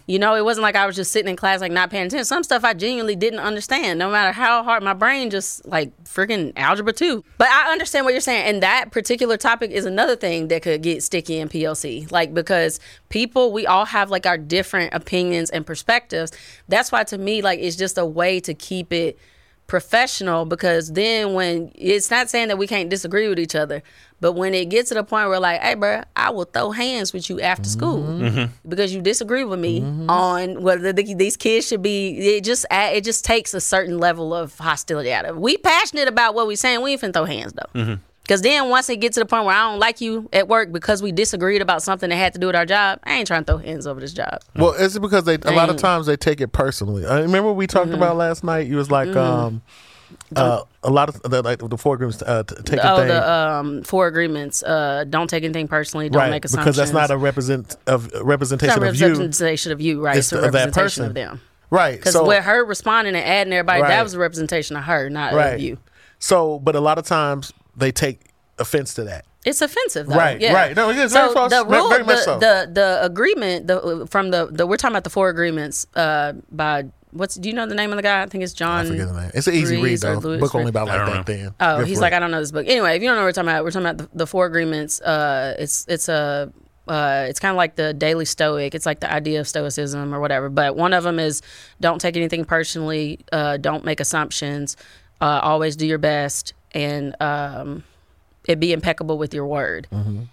C: you know it wasn't like i was just sitting in class like not paying attention some stuff i genuinely didn't understand no matter how hard my brain just like freaking algebra too but i understand what you're saying and that particular topic is another thing that could get sticky in plc like because people we all have like our different opinions and perspectives that's why to me like it's just a way to keep it professional because then when it's not saying that we can't disagree with each other but when it gets to the point where like hey bruh, i will throw hands with you after school
B: Mm-hmm.
C: because you disagree with me on whether the, these kids should be it just add- it just takes a certain level of hostility out of it. we passionate about what we saying we ain't finna throw hands though
B: Mm-hmm.
C: Cause then once it gets to the point where I don't like you at work because we disagreed about something that had to do with our job, I ain't trying to throw hands over this job.
B: Well, it's because they a lot of times they take it personally. I remember we talked
C: Mm-hmm.
B: about last night. You was like, um, uh, a lot of the, like the four groups uh, t- take a
C: Oh,
B: thing.
C: the um, four agreements. Uh, don't take anything personally. Don't
B: right,
C: make
B: because
C: assumptions.
B: that's not a represent of
C: It's
B: representation
C: not
B: of you,
C: representation of you, right?
B: It's
C: It's, a
B: the- of that
C: representation of
B: person.
C: them.
B: right?
C: Because
B: so-
C: with her responding and adding everybody,
B: Right.
C: that was a representation of her, not
B: right.
C: of you.
B: So, but a lot of times they take offense to that.
C: It's offensive, though.
B: Right,
C: yeah.
B: right. No, it is. That's
C: So
B: what I
C: the
B: was-
C: rule,
B: very much
C: the,
B: so.
C: the the agreement, the from the, the we're talking about the four agreements uh, by what's do you know the name of the guy? I think it's John.
B: I forget the name. It's an easy read
C: Rees Mm. or
B: though.
C: Lewis
B: Book only
C: Rees-
B: about
A: I
B: like
A: don't
B: that thin.
C: Oh,
B: Good
C: he's
B: for
C: like,
B: it.
C: I don't know this book. Anyway, if you don't know what we're talking about, we're talking about the, the four agreements. Uh, it's it's talking about uh, it's it's a Uh, it's kind of like the Daily Stoic. It's like the idea of Stoicism or whatever. But one of them is don't take anything personally. Uh, don't make assumptions. Uh, always do your best and um, it be impeccable with your word.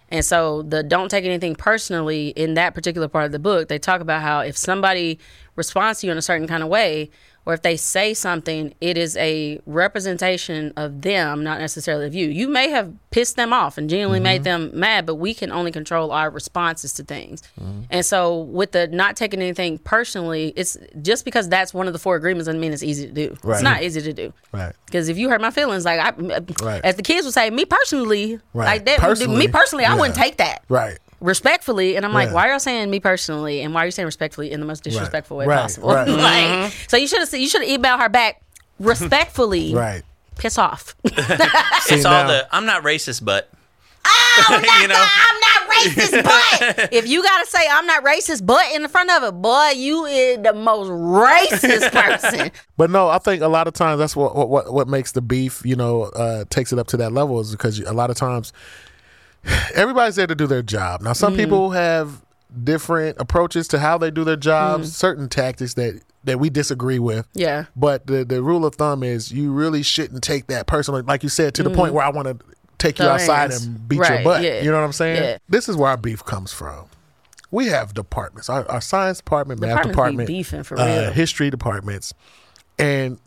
C: And so the don't take anything personally in that particular part of the book, they talk about how if somebody responds to you in a certain kind of way, or if they say something, it is a representation of them, not necessarily of you. You may have pissed them off and genuinely made them mad, but we can only control our responses to things. And so with the not taking anything personally, it's just because that's one of the four agreements doesn't mean it's easy to do.
B: Right.
C: It's not easy to do.
B: Right.
C: Because if you hurt my feelings, like I,
B: Right.
C: as the kids would say, me personally,
B: Right.
C: like that,
B: Personally,
C: me personally, I
B: yeah.
C: wouldn't take that
B: Right.
C: respectfully. And I'm like,
B: Yeah.
C: why are y'all saying me personally, and why are you saying respectfully in the most disrespectful way
B: Right,
C: possible?
B: right.
C: [laughs] like,
B: Mm-hmm.
C: so you should have you should have emailed her back
B: [laughs]
C: respectfully.
B: Right.
C: Piss
B: [laughs]
C: off. [laughs] Oh,
A: it's
B: now-
A: all the I'm not racist, but
B: [laughs]
A: you know.
D: I'm not racist, but
C: if you gotta say I'm not racist, but in the front of it, boy, you is the
B: [laughs]
C: most racist person.
B: But no, I think a lot of times that's what what what, what makes the beef, you know, uh, takes it up to that level is because you, a lot of times everybody's there to do their job. Now,
C: Mm.
B: some people have different approaches to how they do their jobs, certain tactics that that we disagree with.
C: Mm. Yeah.
B: But the the rule of thumb is you really shouldn't take that personally, like you said, to the point where I want to take you
C: Mm. Throw
B: outside
C: hands.
B: and beat your
C: Right,
B: butt.
C: yeah.
B: You know what I'm saying?
C: Yeah.
B: This is where our beef comes from. We have departments. Our, our science department, math
C: Departments be
B: department,
C: beefing for
B: uh,
C: real.
B: history departments, and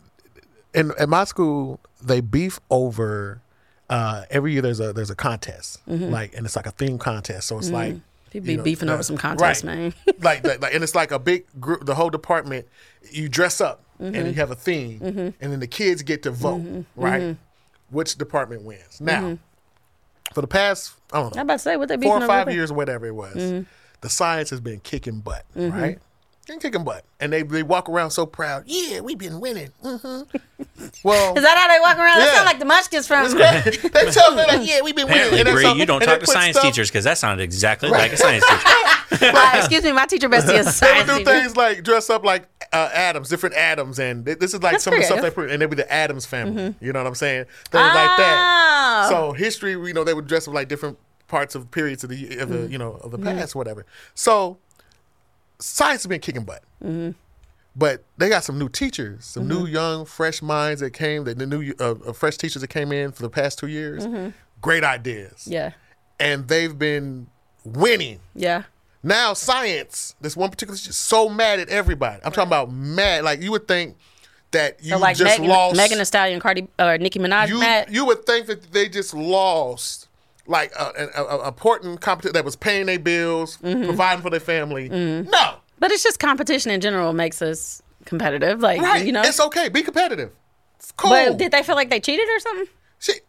B: in at my school they beef over. Uh, every year there's a there's a contest like and it's like a theme contest so it's like
C: People Mm-hmm. be
B: you know,
C: beefing over
B: uh,
C: some contest,
B: right.
C: man.
B: [laughs]
C: [laughs]
B: like, like, like, and it's like a big group. The whole department, you dress up
C: Mm-hmm.
B: and you have a theme, and then the kids get to vote, right?
C: Mm-hmm.
B: Which department wins? Now, for the past, I don't know,
C: I'm about to say what they be
B: four or five years or whatever it was, the science has been kicking butt, right? Been kicking butt, and they they walk around so proud. Yeah, we've been winning. hmm Well.
C: Is that how they walk around? That
B: Yeah.
C: sound like the Munchkins
B: [laughs]
C: from
B: they tell me like, yeah, we've been
A: Apparently,
B: winning. [laughs] And that's
A: Bree,
B: all-
A: you don't
B: and
A: talk to
B: they put
A: science
B: stuff-
A: teachers because that sounded exactly like a science teacher.
C: Uh, excuse me, my teacher
B: [laughs]
C: bestie is a
B: They would
C: science
B: do
C: teacher.
B: things like dress up like uh, Adams, different Adams, and th- this is like
C: That's
B: some of the stuff they
C: creative.
B: put, and they be the Adams family. You know what I'm saying? Things like that.
C: Oh.
B: So history, you know, they would dress up like different parts of periods of the, of the
C: Mm.
B: you know, of the past, whatever. So science has been kicking butt.
C: Mm-hmm.
B: But they got some new teachers, some new young fresh minds that came, the, the new uh, uh, fresh teachers that came in for the past two years. Great ideas,
C: Mm-hmm. Yeah,
B: and they've been winning.
C: yeah.
B: Now science, this one particular teacher, so mad at everybody. I'm talking about mad. Like you would think that you
C: So like
B: just
C: Megan,
B: lost.
C: Megan Thee Stallion, Cardi, or Nicki Minaj,
B: you
C: Matt.
B: you would think that they just lost like a, a, a- a important competition that was paying their bills,
C: Mm-hmm.
B: providing for their family. No,
C: but it's just competition in general makes us competitive. Like
B: right?
C: you know.
B: it's okay. Be competitive. It's cool.
C: But did they feel like they cheated or something?
B: Shit.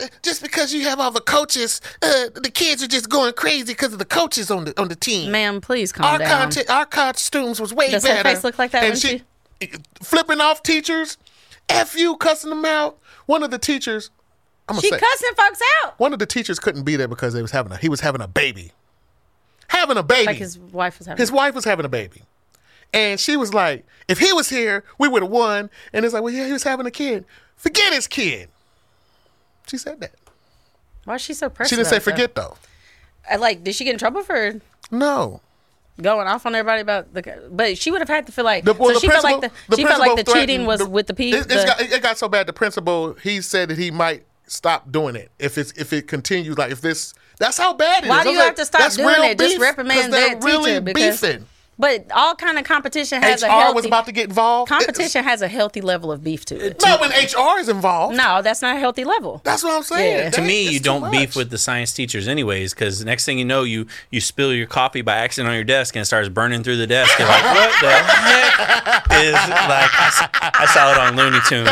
B: Uh, Just because you have all the coaches, uh, the kids are just going crazy because of the coaches on the on the team.
C: Ma'am, please calm
B: our
C: down.
B: content, our costumes was way
C: Does her
B: better.
C: face look like that
B: And
C: when
B: she, flipping off teachers, f you cussing them out. One of the teachers, I'm gonna
C: she
B: say,
C: cussing folks out.
B: one of the teachers couldn't be there because they was having a he was having a baby, having a baby.
C: Like his wife was having.
B: His wife was having a baby. And she was like, if he was here, we would have won. And it's like, well, yeah, he was having a kid. Forget his kid. She said that.
C: Why is she so pressed?
B: She didn't
C: about
B: say
C: it, though?
B: forget though.
C: Uh, Like, did she get in trouble for
B: No.
C: going off on everybody about the? But she would have had to feel like.
B: The, well,
C: so
B: the
C: she felt like the,
B: principal-
C: she felt like the
B: principal
C: cheating
B: threatened
C: was
B: the-
C: with the people.
B: It, it's got, it got so bad. The principal he said that he might stop doing it if it's if it continues. Like if this, that's how bad it is.
C: Why do
B: I was
C: you have
B: like,
C: to stop
B: that's
C: doing
B: real
C: it? Just
B: beef, 'cause
C: reprimand
B: they're
C: that teacher
B: really
C: because-
B: beefing.
C: but all kind of competition has a
B: HR
C: healthy
B: was about to get involved. It-
C: competition has a healthy level of beef to it.
B: Not when HR is involved.
C: No, that's not a healthy level.
B: That's what I'm saying.
C: Yeah.
B: That-
C: To
A: to me,
B: it's
A: you
B: too
A: don't beef
B: much.
A: with the science teachers anyways, because next thing you know, you you spill your coffee by accident on your desk and it starts burning through the desk. You're like, what the heck is [laughs] like? I, s- I saw it on Looney Tunes.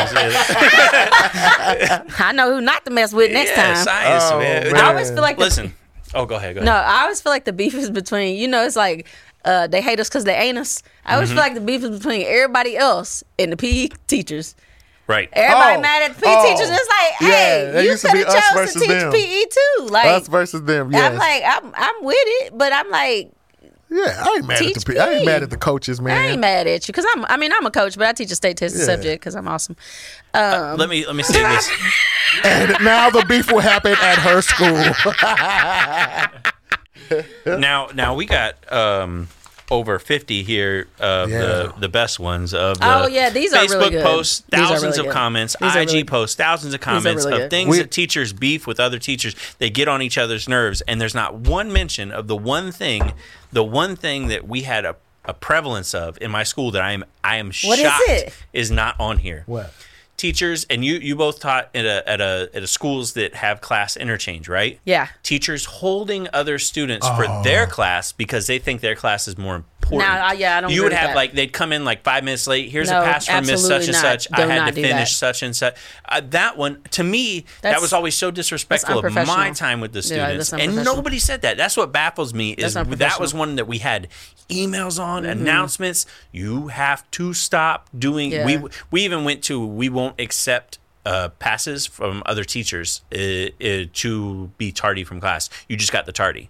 A: It-
C: I know who not to mess with next
A: yeah,
C: time.
A: science,
B: Oh,
A: man.
B: man.
C: I always feel like the-
A: Listen. Oh, go ahead. Go ahead.
C: no, I always feel like the beef is between you know it's like uh, they hate us because they ain't us. I
B: Mm-hmm.
C: always feel like the beef is between everybody else and the PE teachers.
A: Right.
C: Everybody
B: Oh,
C: mad at the PE
B: oh.
C: teachers. And it's like,
B: Yeah,
C: hey,
B: that
C: you
B: used to
C: could
B: be us
C: have chose to
B: versus
C: teach
B: them.
C: PE too. Like
B: us versus them. Yes.
C: I'm like I'm I'm with it, but I'm like
B: yeah, I ain't mad at the
C: teach
B: pe- I ain't
C: me.
B: mad at the coaches, man.
C: I
B: [laughs]
C: ain't mad at you because I'm I mean I'm a coach, but I teach a state tested
B: Yeah.
C: subject because I'm awesome. Um,
A: Let me let me
C: [laughs]
A: say this.
B: and now the beef will happen at her school.
A: now, now we got um, over fifty here of the
B: Yeah.
A: the best ones of the
C: Oh, yeah, these are
A: Facebook
C: really good.
A: posts,
C: These are
A: thousands
C: really
A: of
C: good.
A: comments,
C: These are
A: IG
C: really-
A: posts, thousands of comments
C: really
A: of
C: good.
A: things
B: We-
A: that teachers beef with other teachers. They get on each other's nerves, and there's not one mention of the one thing, the one thing that we had a, a prevalence of in my school that I am I am
C: What is
A: shocked
C: it?
A: is not on here
B: What?
A: teachers and you you both taught at a at a at a schools that have class interchange right
C: Yeah.
A: teachers holding other students for their class because they think their class is more important
C: No, I- yeah, I don't
A: you
C: agree
A: would
C: with
A: have
C: that.
A: like they'd come in like five minutes late here's
C: No,
A: a pass from miss such
C: absolutely
A: and
C: not.
A: such i
C: Do
A: had
C: not
A: to
C: do
A: finish
C: that.
A: such and such uh, that one to me that
C: That's-
A: was always so disrespectful of my
C: unprofessional.
A: time with the
C: Yeah, that's
A: students and
C: unprofessional.
A: nobody said that that's what baffles me is
C: That's
A: that
C: unprofessional.
A: was one that we had emails on
C: Mm-hmm.
A: announcements you have to stop doing
C: Yeah.
A: we we even went to we won't accept uh, passes from other teachers uh, uh, to be tardy from class. You just got the tardy.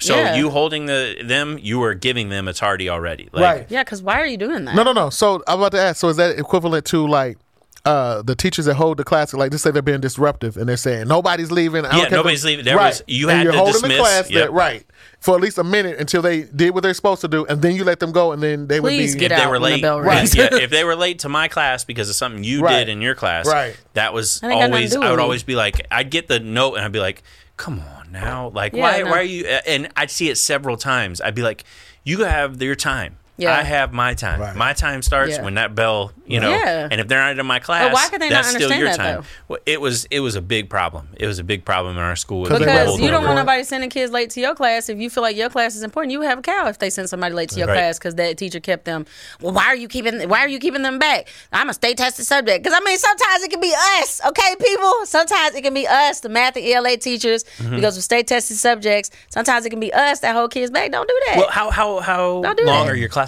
A: So
C: Yeah.
A: you holding the them, you are giving them a tardy already. Like,
B: Right.
C: Yeah, because why are you doing that?
B: No, no, no. So I'm about to ask. So is that equivalent to like uh, the teachers that hold the class? Like, just say they're being disruptive and they're saying nobody's leaving. I don't
A: Yeah,
B: care if
A: nobody's
B: I'm-"
A: leaving. There was- you
B: and
A: had
B: you're
A: to
B: holding
A: dismiss.
B: the class
A: Yep.
B: that, right for at least a minute until they did what they're supposed to do, and then you let them go, and then they
C: Please
B: would be
A: If
C: Get
A: they
C: out
A: were
C: when the
A: late,
C: bell
B: rings.
C: [laughs]
A: yeah, if they were late to my class because of something you
B: Right.
A: did in your class,
B: Right.
A: That was
C: ain't got nothing
A: always.
C: to do
A: I would
C: with me.
A: always be like, I'd get the note and I'd be like, "Come on now, like
C: Yeah,
A: why
C: no.
A: why are you?" And I'd see it several times. I'd be like, "You have your time.
C: Yeah.
A: I have my time.
B: Right.
A: My time starts
C: Yeah.
A: when that bell, you know.
C: Yeah.
A: And if they're not in my class,
C: why could they not
A: that's still
C: understand
A: your
C: that,
A: time.
C: though?
A: Well, it was it was a big problem. It was a big problem in our school with
B: Because
A: people
B: they
C: Because
B: Well,
A: holding
C: you don't
A: over.
C: want nobody sending kids late to your class. If you feel like your class is important, you would have a cow if they send somebody late to your
A: Right.
C: class because that teacher kept them. Well, why are you keeping? Why are you keeping them back? I'm a state tested subject because I mean sometimes it can be us, okay, people. Sometimes it can be us, the math and ELA teachers,
A: Mm-hmm.
C: because of state tested subjects. Sometimes it can be us that hold kids back. Don't do that.
A: Well, how how how
C: Don't do
A: long
C: that.
A: are your classes?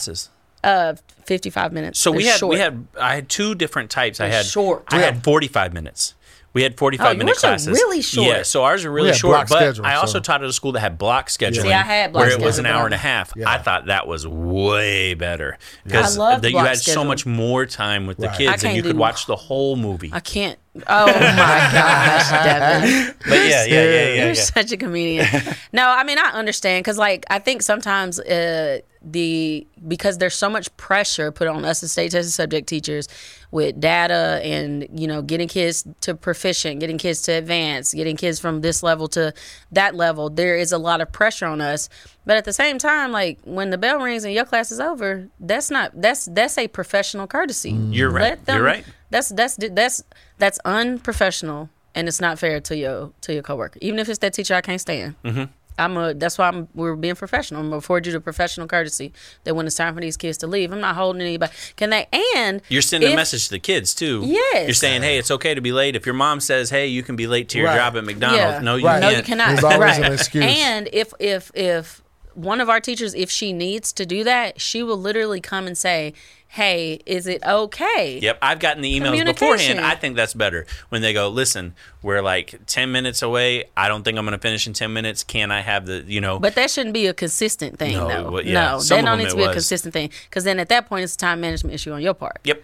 C: uh, 55 minutes.
A: So we
C: They're
A: had
C: short.
A: we had I had two different types. I
C: They're
A: had
C: short.
A: I
B: Yeah.
A: had forty five minutes. We had forty five
C: Oh,
A: minute
C: yours are
A: classes.
C: really short.
A: Yeah, so ours are really
B: had
A: short.
B: block
A: But
B: schedule,
A: I also
B: so-
A: taught at a school that had block scheduling,
C: See, I had block
A: where it was an
C: schedule,
A: hour
C: but
A: and a half.
B: Yeah.
A: I thought that was way better because
C: I loved
A: that you
C: block
A: had so
C: schedule.
A: much more time with the
B: Right.
A: kids
C: I
A: and you
C: can't
A: could
C: do-
A: watch the whole movie.
C: I can't. Oh my
A: [laughs]
C: gosh, Devin.
A: But yeah, yeah, yeah, yeah.
C: You're
A: yeah.
C: such
A: [laughs]
C: a comedian. no, I mean I understand because like I think sometimes uh, the because there's so much pressure put on us as state tested subject teachers with data and you know getting kids to proficient, getting kids to advance, getting kids from this level to that level. There is a lot of pressure on us, but at the same time, like when the bell rings and your class is over, that's not that's that's a professional courtesy.
A: You're right.
C: Let them-
A: You're right.
C: That's that's that's that's unprofessional, and it's not fair to your to your coworker. Even if it's that teacher I can't stand. Mm-hmm. I'm a. That's why I'm. We're being professional. I'm gonna afford you the professional courtesy that when it's time for these kids to leave, I'm not holding anybody. Can they? And
A: You're sending a
C: if-
A: message to the kids too.
C: Yes.
A: You're saying, "Hey, it's okay to be late." If your mom says, "Hey, you can be late to your
B: Right.
A: job at McDonald's,"
C: Yeah.
A: no, you
B: Right.
A: can't.
C: No, you cannot.
B: There's always
C: right.
B: an excuse.
C: And if if if one of our teachers, if she needs to do that, she will literally come and say, "Hey, is it okay?"
A: Yep, I've gotten the emails beforehand.
C: Communication.
A: I think that's better when they go, "Listen, we're like ten minutes away. I don't think I'm going to finish in ten minutes. Can I have the you know?"
C: But that shouldn't be a consistent thing,
A: No,
C: though.
A: well, yeah.
C: No,
A: Some of
C: that
A: them
C: don't need
A: it
C: to be a
A: was.
C: consistent thing. Because then at that point, it's a time management issue on your part.
A: yep,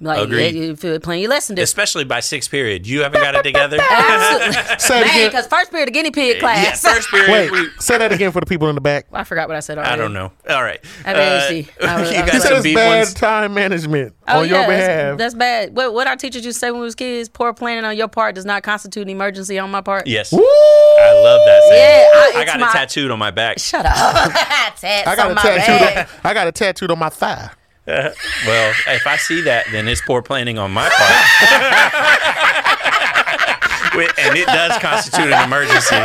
C: Like,
A: Agreed.
C: yeah, you feel playing your lesson different.
A: especially by sixth period, you haven't got it
C: [laughs]
A: together.
B: Say it again.
C: because first period of guinea pig
A: yeah,
C: class. [laughs]
A: first period.
B: Wait,
A: we-
B: say that again for the people in the back.
C: I forgot what I said already.
A: I don't know. All right, Uh,
C: I have ADHD. I was-
A: [laughs] you
C: I
A: got
C: was
B: You
C: like-
B: said
A: some
B: it's
A: beef
B: bad
A: ones.
B: time management
C: Oh,
B: on
C: yeah,
B: your
C: that's-
B: behalf.
C: That's, bad. What, what our teachers used to say when we was kids, poor planning on your part does not constitute an emergency on my part.
A: Yes,
B: Woo!
A: I love that. Saying.
C: Yeah, I-
A: I,
C: it's
A: got
C: my-
A: it tattooed on my back.
C: Shut up. [laughs] Tats
B: I got
C: on
B: a
C: my
B: tattooed.
A: [laughs]
C: back.
B: On, I got a tattooed on my thigh.
A: Well, if I see that, then it's poor planning on my part.
C: [laughs]
A: Wi- and it does constitute an emergency.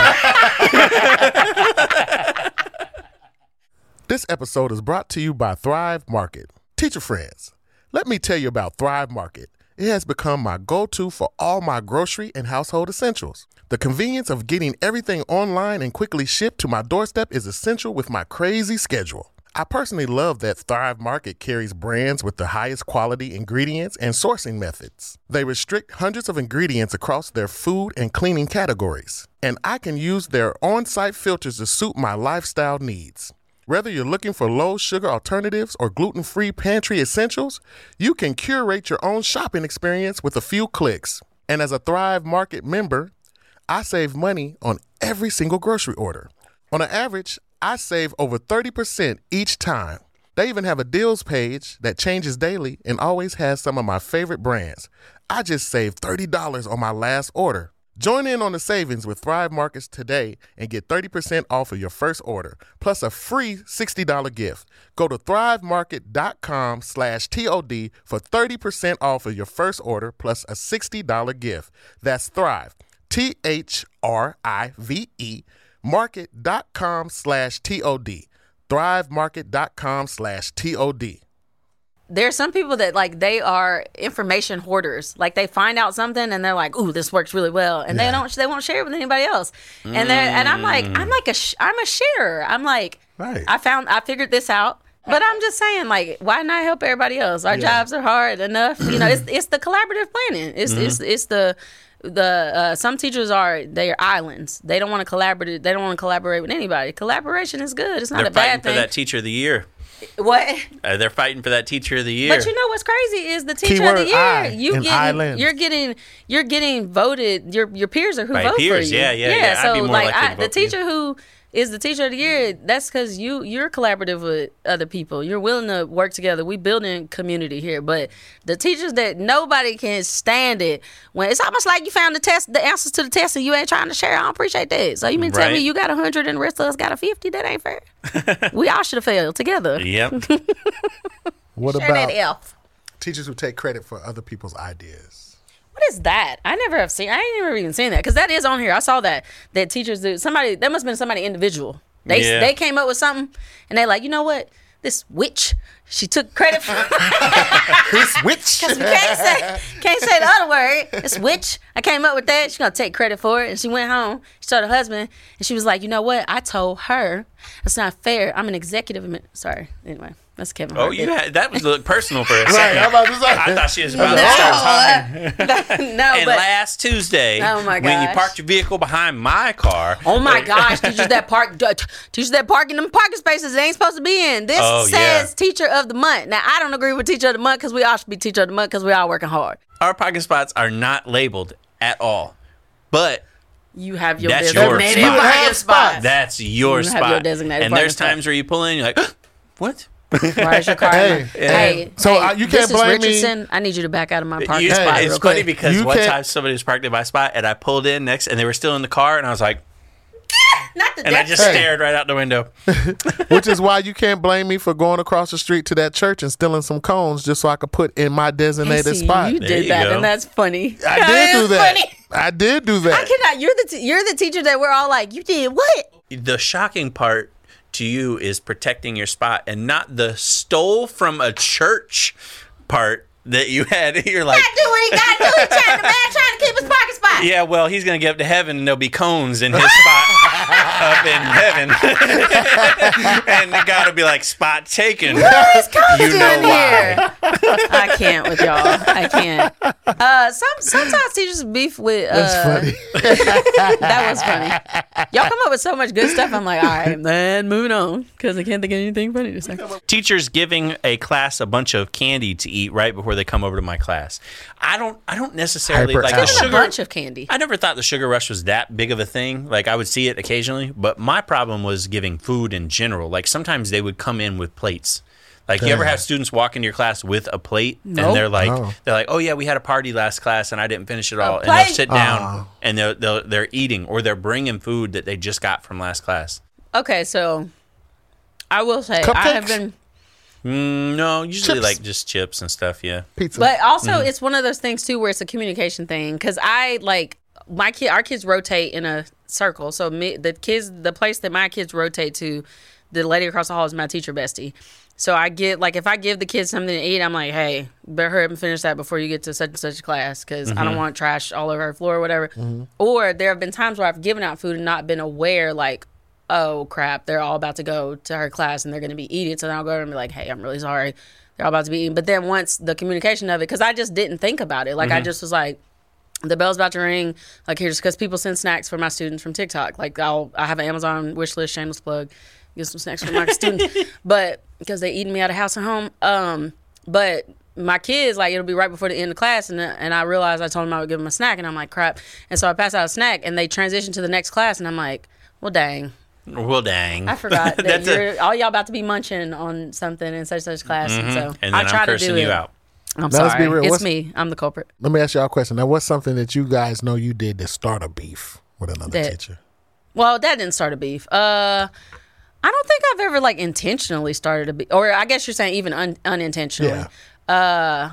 B: This episode is brought to you by Thrive Market. Teacher friends, let me tell you about Thrive Market. It has become my go to for all my grocery and household essentials. The convenience of getting everything online and quickly shipped to my doorstep is essential with my crazy schedule. I personally love that Thrive Market carries brands with the highest quality ingredients and sourcing methods. They restrict hundreds of ingredients across their food and cleaning categories, and I can use their on site filters to suit my lifestyle needs. Whether you're looking for low sugar alternatives or gluten free pantry essentials, you can curate your own shopping experience with a few clicks. And as a Thrive Market member, I save money on every single grocery order. On an average, I save over 30% each time. They even have a deals page that changes daily and always has some of my favorite brands. I just saved $30 on my last order. Join in on the savings with Thrive Markets today and get 30% off of your first order, plus a free $60 gift. Go to thrivemarket.com slash TOD for 30% off of your first order, plus a $60 gift. That's Thrive, T-H-R-I-V-E, market.com slash TOD. Thrivemarket.com slash TOD.
C: there are some people that like they are information hoarders. Like they find out something and they're like, "Ooh, this works really well," and they don't they won't share it with anybody else. And they and I'm like,
A: Mm.
C: I'm like a sh- I'm a sharer. I'm like,
B: Right.
C: I found I figured this out. But I'm just saying, like, why not help everybody else? Our jobs are hard enough. You
A: [clears throat]
C: know, it's it's the collaborative planning. It's
A: Mm-hmm.
C: it's it's the the uh, some teachers are they are islands. They don't want to collaborate. They don't want to collaborate with anybody. Collaboration is good. It's not
A: They're
C: a bad
A: fighting
C: thing.
A: for that teacher of the year.
C: What?
A: Uh, they're fighting for that teacher of the year.
C: But you know what's crazy is the teacher of
B: Keyword
C: the year.
B: I
C: you
B: and
C: getting,
B: island.
C: you're getting you're getting voted. Your your peers are who
A: By
C: vote
A: peers,
C: for you.
A: yeah, yeah, yeah. I'd
C: So
A: be more
C: like
A: likely to
C: I, the
A: vote for you.
C: teacher who is the teacher of the year. That's because you you're collaborative with other people. You're willing to work together. We building community here. But the teachers that nobody can stand it when it's almost like you found the test the answers to the test and you ain't trying to share. I don't appreciate that. So you mean to tell me
A: Right.
C: you got a hundred and the rest of us got a fifty? That ain't fair.
A: [laughs]
C: we all should have failed together.
A: Yep.
C: [laughs]
B: What
C: Share that L.
B: teachers who take credit for other people's ideas?
C: What is that? I never have seen. I ain't never even seen that because that is on here. I saw that that teachers do. Somebody that must have been somebody individual. They
A: Yeah.
C: they came up with something and they like you know what this witch she took credit for. [laughs]
B: This witch.
C: we can't say can't say the other word. This witch I came up with that. She gonna take credit for it and she went home. She told her husband and she was like you know what I told her that's not fair. I'm an executive. admi- Sorry anyway that's Kevin.
A: Oh,
C: Hart. [laughs]
A: you had that was look personal for a
B: Right,
A: second.
B: I'm about to say.
A: I thought she was about to
C: No,
A: start talking.
C: no,
A: And
C: but
A: last Tuesday,
C: Oh my
A: when you
C: gosh.
A: parked your vehicle behind my car,
C: Oh my gosh, teachers that park d- t- teachers that park in them parking spaces they ain't supposed to be in. This
A: Oh, yeah.
C: says teacher of the month. Now I don't agree with teacher of the month because we all should be teacher of the month because we all working hard.
A: our parking spots are not labeled at all. But
C: You have your
A: That's
C: designated
A: your spot.
C: parking
B: You have
C: spot.
A: that's your
C: You have
A: spot.
C: your designated
A: and there's
C: parking spot.
A: times where you pull in, you're like, [gasps] what?
C: Why is your car?
B: Hey,
C: hey,
B: hey. So, uh, you can't
C: this is
B: blame me.
C: Richardson. I need you to back out of my parking
A: You-
C: spot.
A: it's funny
C: real quick.
A: because
B: You
A: one
B: can't-
A: time somebody was parked in my spot and I pulled in next and they were still in the car and I was like,
C: not the
A: and I
B: [laughs]
A: just
B: Hey.
A: stared right out the window.
B: [laughs] Which is why you can't blame me for going across the street to that church and stealing some cones just so I could put in my designated
C: Casey,
B: spot.
C: You
A: There
C: did
A: you
C: that,
A: go.
C: and that's funny.
B: I did do
C: is
B: that.
C: funny. [laughs]
B: I did do
C: I
B: that.
C: cannot. You're the t- you're the teacher that we're all like. You did what?
A: the shocking part to you is protecting your spot and not the stole from a church part that you had. [laughs] You're like,
D: Do what he got to do. He trying to, man, trying to keep his pocket
A: [laughs]
D: spot.
A: yeah, well, he's going to get up to heaven and there'll be cones in his spot up in heaven. [laughs] and God will be like, spot taken.
C: What is Coach
A: You know
C: doing here? I can't with y'all. I can't. Uh, some sometimes teachers beef with. Uh,
B: That's funny.
C: [laughs] That was funny. Y'all come up with so much good stuff. I'm like, all right, then moving on because I can't think of anything funny to say.
A: Teachers giving a class a bunch of candy to eat right before they come over to my class. I don't I don't necessarily like the
B: Hyperactive.
C: A
A: sugar
C: bunch of candy.
A: I never thought the sugar rush was that big of a thing. Like I would see it occasionally, but my problem was giving food in general. Like sometimes they would come in with plates. Like you ever have students walk into your class with a plate
C: Nope.
A: and they're like
B: No.
A: they're like, "Oh yeah, we had a party last class and I didn't finish it all." And
C: plate?
A: they'll sit
B: Ah.
A: down and they're, they're they're eating or they're bringing food that they just got from last class.
C: Okay, so I will say I have
B: Cupcakes?
C: been,
A: Mm, no, usually
B: Chips.
A: like just chips and stuff, yeah.
B: Pizza.
C: but also it's one of those things too where it's a communication thing because I like my kid, our kids rotate in a circle. So me, the kids, the place that my kids rotate to, the lady across the hall is my teacher bestie. So I get like if I give the kids something to eat, I'm like, hey, better hurry up and finish that before you get to such and such class because I don't want trash all over her floor or whatever. Or there have been times where I've given out food and not been aware like, oh crap, they're all about to go to her class and they're going to be eating. So then I'll go over and be like, hey, I'm really sorry, they're all about to be eating. But then once the communication of it, because I just didn't think about it, like I just was like the bell's about to ring. Like here's because people send snacks for my students from TikTok. Like I'll I have an Amazon wish list, shameless plug, get some snacks for my students. But because they eating me out of house and home. Um, but my kids like it'll be right before the end of class, and and I realized I told them I would give them a snack, and I'm like crap, and so I pass out a snack, and they transition to the next class, and I'm like, well dang.
A: Well, dang. [laughs]
C: I forgot that
A: That's a-
C: you're all y'all about to be munching on something in such such class, and so
A: Mm-hmm. and
C: I
A: then
C: try
A: I'm
C: to
A: cursing
C: do
A: you
C: it.
A: out.
C: I'm
B: Now,
C: sorry,
B: let's be real.
C: it's
B: What's-
C: me. I'm the culprit.
B: Let me ask y'all a question. Now, what's something that you guys know you did that started a beef with another
C: That-
B: teacher?
C: Well, that didn't start a beef. Uh, I don't think I've ever like intentionally started a beef, or I guess you're saying even un- unintentionally. Uh,
B: Yeah.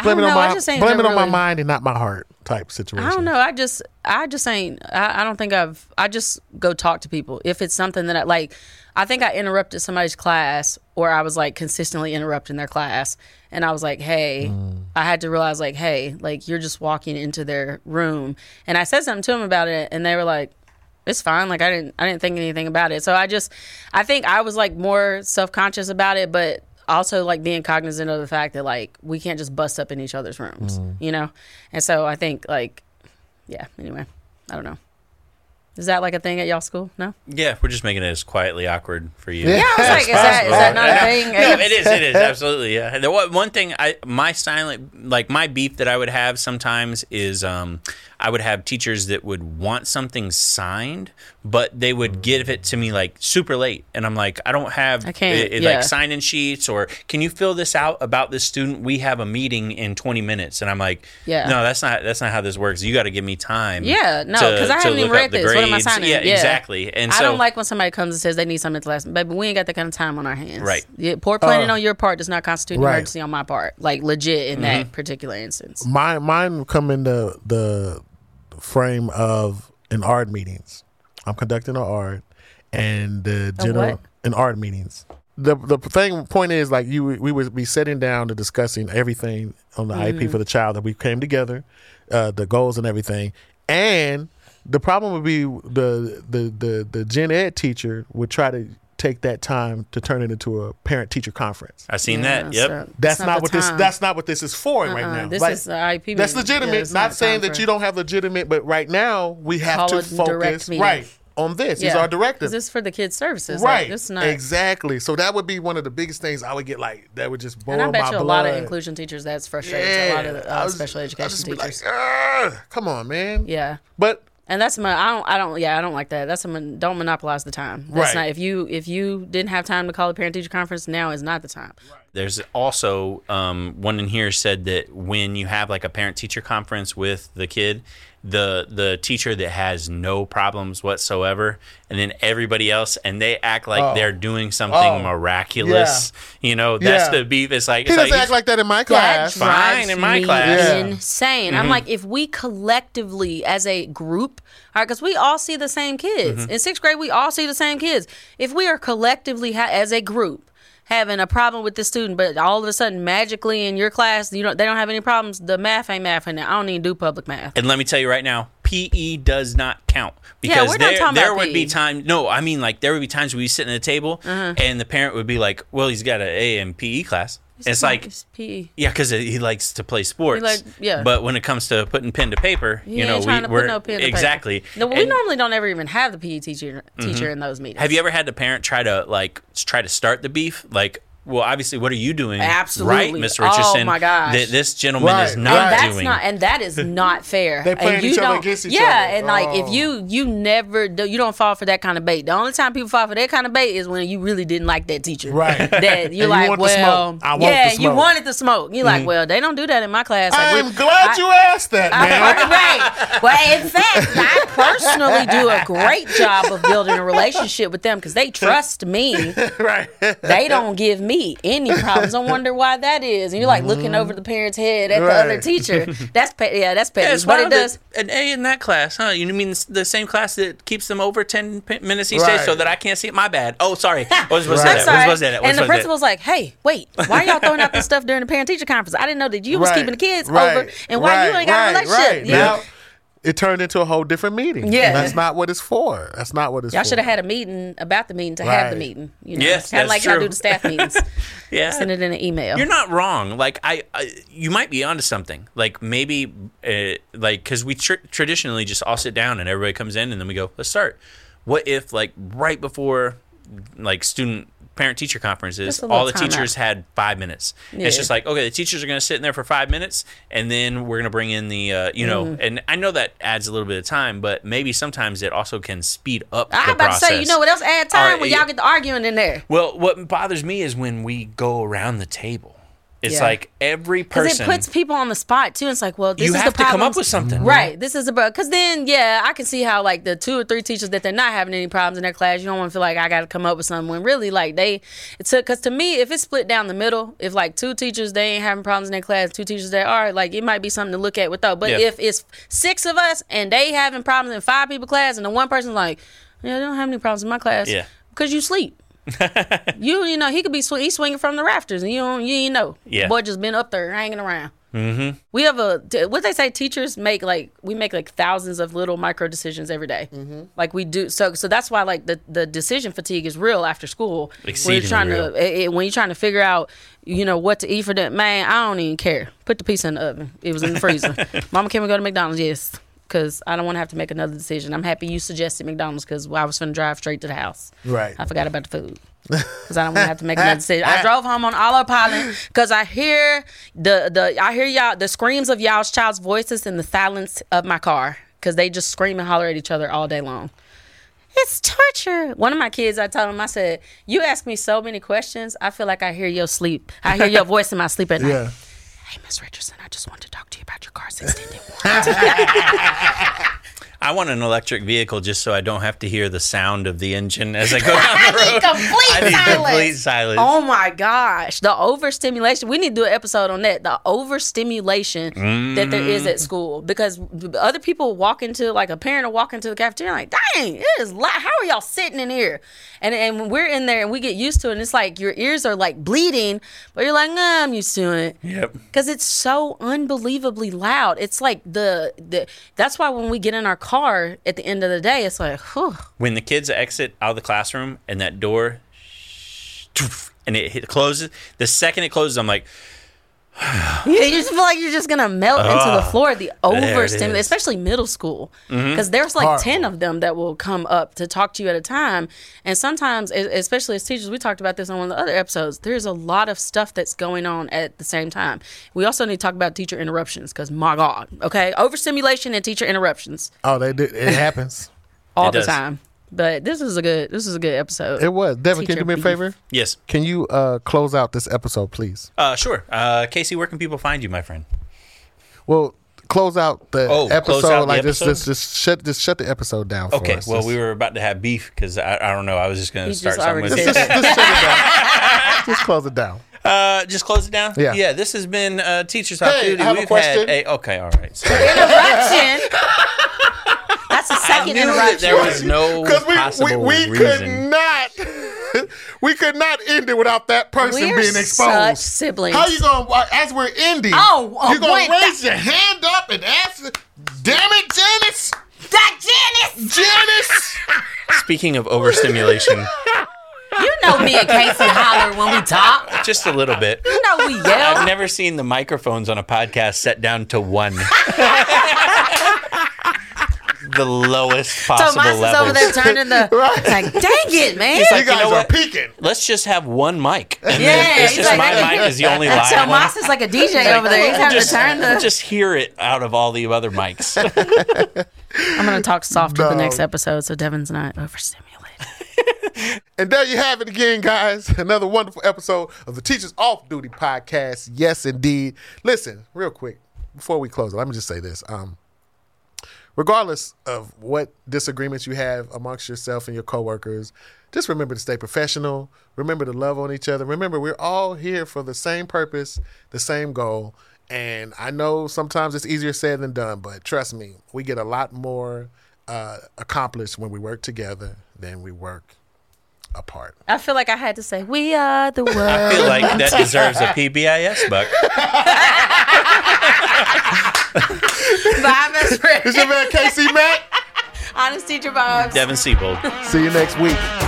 C: I
B: Blame it
C: don't
B: on
C: know. I
B: my
C: just ain't
B: blame it
C: never
B: on my
C: really-
B: mind and not my heart type situation.
C: I don't know. I just, I just ain't. I, I don't think I've. I just go talk to people if it's something that I like. I think I interrupted somebody's class, or I was like consistently interrupting their class, and I was like, "Hey," I had to realize like, "Hey, like you're just walking into their room," and I said something to them about it, and they were like, it's fine like i didn't i didn't think anything about it so i just i think i was like more self-conscious about it but also like being cognizant of the fact that like we can't just bust up in each other's rooms you know and so i think like yeah anyway i don't know is that like a thing at y'all school
B: [laughs]
C: no
A: Yeah, we're just making it as quietly awkward for you.
B: Yeah,
C: i was like is that, is
A: [laughs]
C: that not a thing
A: No, it is.
C: [laughs]
A: It is absolutely. Yeah. The one one thing I my silent like my beef that I would have sometimes is um I would have teachers that would want something signed, but they would give it to me like super late, and I'm like, I don't have
C: I can't,
A: it- it,
C: yeah.
A: like sign in sheets or can you fill this out about this student? We have a meeting in 20 minutes, and I'm like,
C: Yeah.
A: no, that's not that's not how this works. You got to give me time.
C: Yeah, no,
A: to-
C: 'cause I
A: to
C: haven't
A: look
C: even
A: up
C: read
A: the
C: this. What am I
A: grades.
C: signing?
A: Yeah,
C: Yeah.
A: exactly. And so
C: I don't like when somebody comes and says they need something to last. Baby, we ain't got that kind of time on our hands.
A: Right.
C: Yeah, poor planning on your part does not constitute an
B: Oh. Right.
C: emergency on my part. Like legit in
A: Mm-hmm.
C: that particular instance.
B: Mine mine come in the the frame of an art meetings. I'm conducting an art and the general
C: what?
B: an art meetings. The the thing point is like you we would be sitting down to discussing everything on the IP for the child that we came together, uh, the goals and everything. And the problem would be the the the the gen ed teacher would try to take that time to turn it into a parent teacher conference.
A: I seen
C: Yeah,
A: that.
C: that's
A: Yep.
C: not-
B: That's not,
C: the
B: what
C: time.
B: this. That's not what this is for right
C: Uh-uh,
B: now.
C: this is the IP
B: That's
C: meeting.
B: legitimate.
C: Yeah, it's
B: not
C: not
B: saying
C: time
B: that
C: for-
B: you don't have legitimate, but right now we have
C: Call
B: to
C: it direct
B: focus
C: meeting.
B: right on this. Is our directive.
C: Is this for the kids' services? Like,
B: right.
C: this is not.
B: Exactly. So that would be one of the biggest things I would get like that would just boil
C: And I bet
B: Oh, my
C: you a
B: blood.
C: lot of inclusion teachers that's frustrating. to A lot of
B: Yeah.
C: the,
B: I
C: uh,
B: was-
C: special
B: I'd
C: education
B: just be
C: teachers.
B: like, "Ugh, come on, man.
C: yeah.
B: But
C: And that's my I don't I don't yeah I don't like that. That's a mon- don't monopolize the time. That's
B: Right.
C: not if you if you didn't have time to call a parent teacher conference now is not the time.
A: There's also um, one in here said that when you have like a parent teacher conference with the kid, the the teacher that has no problems whatsoever, and then everybody else, and they act like they're doing something
B: Oh.
A: miraculous. You know, that's
B: Yeah.
A: the beef. It's like
B: he
A: it's like,
B: doesn't act like that in my class.
A: That's fine
C: drives
A: in my
C: me
A: class. Mm-hmm.
B: Yeah.
C: Insane. I'm like, if we collectively as a group, all right, because we all see the same kids
A: Mm-hmm.
C: in sixth grade, we all see the same kids. If we are collectively ha- as a group having a problem with this student, but all of a sudden magically in your class, you know, they don't have any problems. The math ain't math, and I don't even do public math.
A: And let me tell you right now, PE does not count because
C: we're not
A: there
C: talking
A: there
C: about E.
A: would be
C: PE.
A: time. No, I mean like there would be times we sit at a table
C: Uh-huh.
A: and the parent would be like, "Well, he's got an A in PE class." it's like
C: It's E. PE.
A: Yeah, because he likes to play sports.
C: like- yeah.
A: But when it comes to putting pen to paper, you
C: ain't
A: know,
C: trying
A: we,
C: to put
A: we're
C: no pen to paper.
A: exactly.
C: No, we
A: And Mm-hmm.
C: normally don't ever even have the PE teacher teacher in those meetings.
A: Have you ever had the parent try to like s- try to start the beef? Like, well, obviously, what are you doing? right,
C: Absolutely.
A: Miss
C: Oh,
A: Richardson.
C: my gosh.
A: That this gentleman is
B: Right,
A: not
B: right.
C: and that's
A: doing.
C: not and
A: [laughs]
C: that is not fair
B: They playing
C: and you
B: each other
C: don't-
B: against each
C: yeah
B: other.
C: and like if
B: Oh.
C: you you never do, you don't fall for that kind of bait the only time people fall for that kind of bait is when you really didn't like that teacher
B: Right. [laughs]
C: that
B: you
C: you're like
B: want the smoke.
C: well
B: I want the
C: yeah you
B: smoke.
C: wanted the smoke you're
A: Mm-hmm.
C: like well they don't do that in my class like, we-
B: I'm glad
C: I-
B: you asked that, [laughs] man.
C: [laughs] right. Well, in fact, I personally do a great job of building a relationship with them because they trust
B: [laughs]
C: me.
B: right.
C: They don't give me any problems. I wonder why that is. And you're like looking over the parent's head at the other
B: Right.
C: teacher. That's petty. Yeah, that's petty.
A: Yeah, it's
C: but it
A: wild that
C: does.
A: an A in that class, huh? You mean s- the same class that keeps them over ten p- minutes each day,
B: Right.
A: so that I can't see it? My bad. Oh,
C: [laughs]
A: sorry. What was
B: Right.
A: that?
C: I'm sorry.
A: What was that?
C: and the principal's like, "Hey, wait! Why are y'all throwing out this stuff during the parent-teacher conference? I didn't know that you was
B: Right,
C: keeping the kids
B: right,
C: over, and why you
B: right,
C: ain't got
B: right,
C: a relationship?
B: right.
C: You know?
B: Now, it turned into a whole different meeting.
C: Yeah.
B: And that's not what it's for. That's not what it's
C: Y'all
B: for.
C: should have had a meeting about the meeting to have the
B: Right.
C: meeting. You know,
A: Yes,
C: kind
A: that's
C: of like y'all
A: true.
C: do the staff meetings.
A: [laughs] yeah.
C: Send it in an email.
A: You're not wrong. Like I, I you might be onto something. Like maybe, uh, like because we tr- traditionally just all sit down and everybody comes in and then we go, let's start. What if like right before, like student parent teacher conferences,
C: Just a little
A: all the
C: timeout.
A: teachers had five minutes.
C: Yeah.
A: It's just like, okay, the teachers are going to sit in there for five minutes, and then we're going to bring in the, uh, you know,
C: Mm-hmm.
A: and I know that adds a little bit of time, but maybe sometimes it also can speed up
C: I'm
A: the
C: about
A: process.
C: to say, you know what else add time
A: Alright,
C: when
A: yeah.
C: y'all get to arguing in there?
A: Well, what bothers me is when we go around the table. It's
C: Yeah.
A: like every
C: Because
A: person
C: it puts people on the spot too. It's like, well, this
A: you
C: is
A: have
C: the
A: to come up
C: problems-
A: with something,
C: Right. This is about because then, yeah, I can see how like the two or three teachers that they're not having any problems in their class. You don't want to feel like I got to come up with something when really like they it took because to me, if it's split down the middle, if like two teachers they ain't having problems in their class, two teachers that are like it might be something to look at without. But
A: Yeah.
C: if it's six of us and they having problems in five people class, and the one person's like, yeah, they don't have any problems in my class,
A: Yeah.
C: because
A: [laughs]
C: you sleep. you you know he could be sw- he's swinging from the rafters and you don't you ain't know
A: Yeah.
C: boy just been up there hanging around we have a t- what they say teachers make like we make like thousands of little micro decisions every day.
A: Mm-hmm.
C: like we do so so that's why like the the decision fatigue is real after school when
A: Exceedingly
C: you're trying
A: real.
C: to it, it- when you're trying to figure out you know what to eat for that man I don't even care put the pizza in the oven it was in
A: [laughs]
C: the freezer mama can we go to McDonald's yes because I don't want to have to make another decision I'm happy you suggested McDonald's because I was going to drive straight to the house
B: Right.
C: I forgot about
A: [laughs]
C: the food because I don't want to have to make another decision. I drove home on autopilot because I hear the the I hear y'all the screams of y'all's child's voices in the silence of my car because they just scream and holler at each other all day long. It's torture. One of my kids, I told him, I said, "You ask me so many questions. I feel like I hear your sleep. I hear your voice in my sleep at night."
B: Yeah.
C: Hey, Miss Richardson, I just want to talk to you about your car's extended
A: [laughs]
C: warranty.
A: I want an electric vehicle just so I don't have to hear the sound of the engine as I go
C: [laughs]
A: down the road. I
D: Complete
A: need complete
D: silence.
A: silence.
C: Oh my gosh, the overstimulation. We need to do an episode on that. The overstimulation that there is at school because other people walk into like a parent will walk into the cafeteria like, dang, it is loud. How are y'all sitting in here? And and when we're in there and we get used to it. And it's like your ears are like bleeding, but you're like, nah, I'm used to it
A: Yep.
C: because it's so unbelievably loud. It's like the the. That's why when we get in our car at the end of the day, it's like, whew.
A: When the kids exit out of the classroom and that door and it hit, closes, the second it closes, I'm like,
C: Yeah, you just feel like you're just gonna melt into the floor. The
A: Ah, it is.
C: overstimulation,
A: Mm-hmm.
C: especially middle school, because there's like
B: Horrible.
C: ten of them that will come up to talk to you at a time. And sometimes, e- especially as teachers, we talked about this on one of the other episodes. There's a lot of stuff that's going on at the same time. We also need to talk about teacher interruptions, because my God, okay, overstimulation and teacher interruptions
B: Oh, they did. [laughs] It happens.
C: all
A: It
C: the
A: does.
C: time. But this is a good this is a good episode.
B: It was. Devin, can
C: Teacher
B: you do me a
C: beef.
B: favor?
A: yes.
B: Can you uh, close out this episode, please?
A: Uh, sure. Uh, Casey, where can people find you, my friend?
B: Well, close out the
A: Oh, close
B: episode.
A: out the
B: like just,
A: episode?
B: just, just shut, just shut the episode down. For
A: Okay.
B: us.
A: Well,
B: Just-
A: we were about to have beef because I, I don't know. I was just going to
C: He
A: start
C: just
A: something
C: already
A: with
C: said
A: this.
B: Just, just, just shut
A: [laughs]
B: it down. Just close it down.
A: Uh, just close it down.
B: Yeah.
A: Yeah. This has been uh, teachers Hot
B: Hey,
A: duty.
B: I have a
A: We've
B: question.
A: had a okay. All right. Sorry.
C: [laughs] Interruption.
A: [laughs]
C: That's a second
A: knew that
C: interruption.
A: there was
B: [laughs]
A: no
B: Because we,
A: possible
B: we, we
A: reason.
B: could not [laughs] we could not end it without that person
C: We're
B: being
C: such
B: exposed.
C: siblings.
B: How you gonna like, as we're ending?
C: Oh, oh,
B: you gonna
C: wait,
B: raise your hand up and ask? Damn it, Janice!
D: Doc Janice.
B: Janice!
A: Speaking of overstimulation,
C: You know me and Casey holler when we talk.
A: just a little bit.
C: You know we
A: I've
C: yell.
A: never seen the microphones on a podcast set down to one. [laughs] the lowest
C: So
A: possible
C: Miles is
A: level.
C: over there turning the it's like, dang it, man.
B: you guys
A: know
B: are
A: what?
B: peeking.
A: Let's just have one mic. And
C: Yeah,
A: then it's
C: he's
A: just
C: like-
A: my mic is the only
C: so
A: live one.
C: Moss is like a DJ over there. He's
A: We'll
C: having
A: just,
C: to turn
A: we'll
C: the.
A: just hear it out of all the other
C: [laughs]
A: mics.
C: I'm gonna talk softer
B: No.
C: the next episode, so Devin's not overstimulated.
B: And there you have it again, guys. [laughs] Another wonderful episode of the Teachers Off Duty podcast. Yes, indeed. Listen, real quick, before we close, let me just say this. Um, regardless of what disagreements you have amongst yourself and your coworkers, just remember to stay professional. Remember to love on each other. Remember, we're all here for the same purpose, the same goal. And I know sometimes it's easier said than done, but trust me, we get a lot more uh, accomplished when we work together than we work apart.
C: I feel like I had to say, "We are the world."
A: I [laughs] feel like that deserves a PBIS buck.
C: Bye, best friend.
B: It's your man KC Mack.
C: Honest teacher vibes.
A: Devin Siebold.
B: See you next week.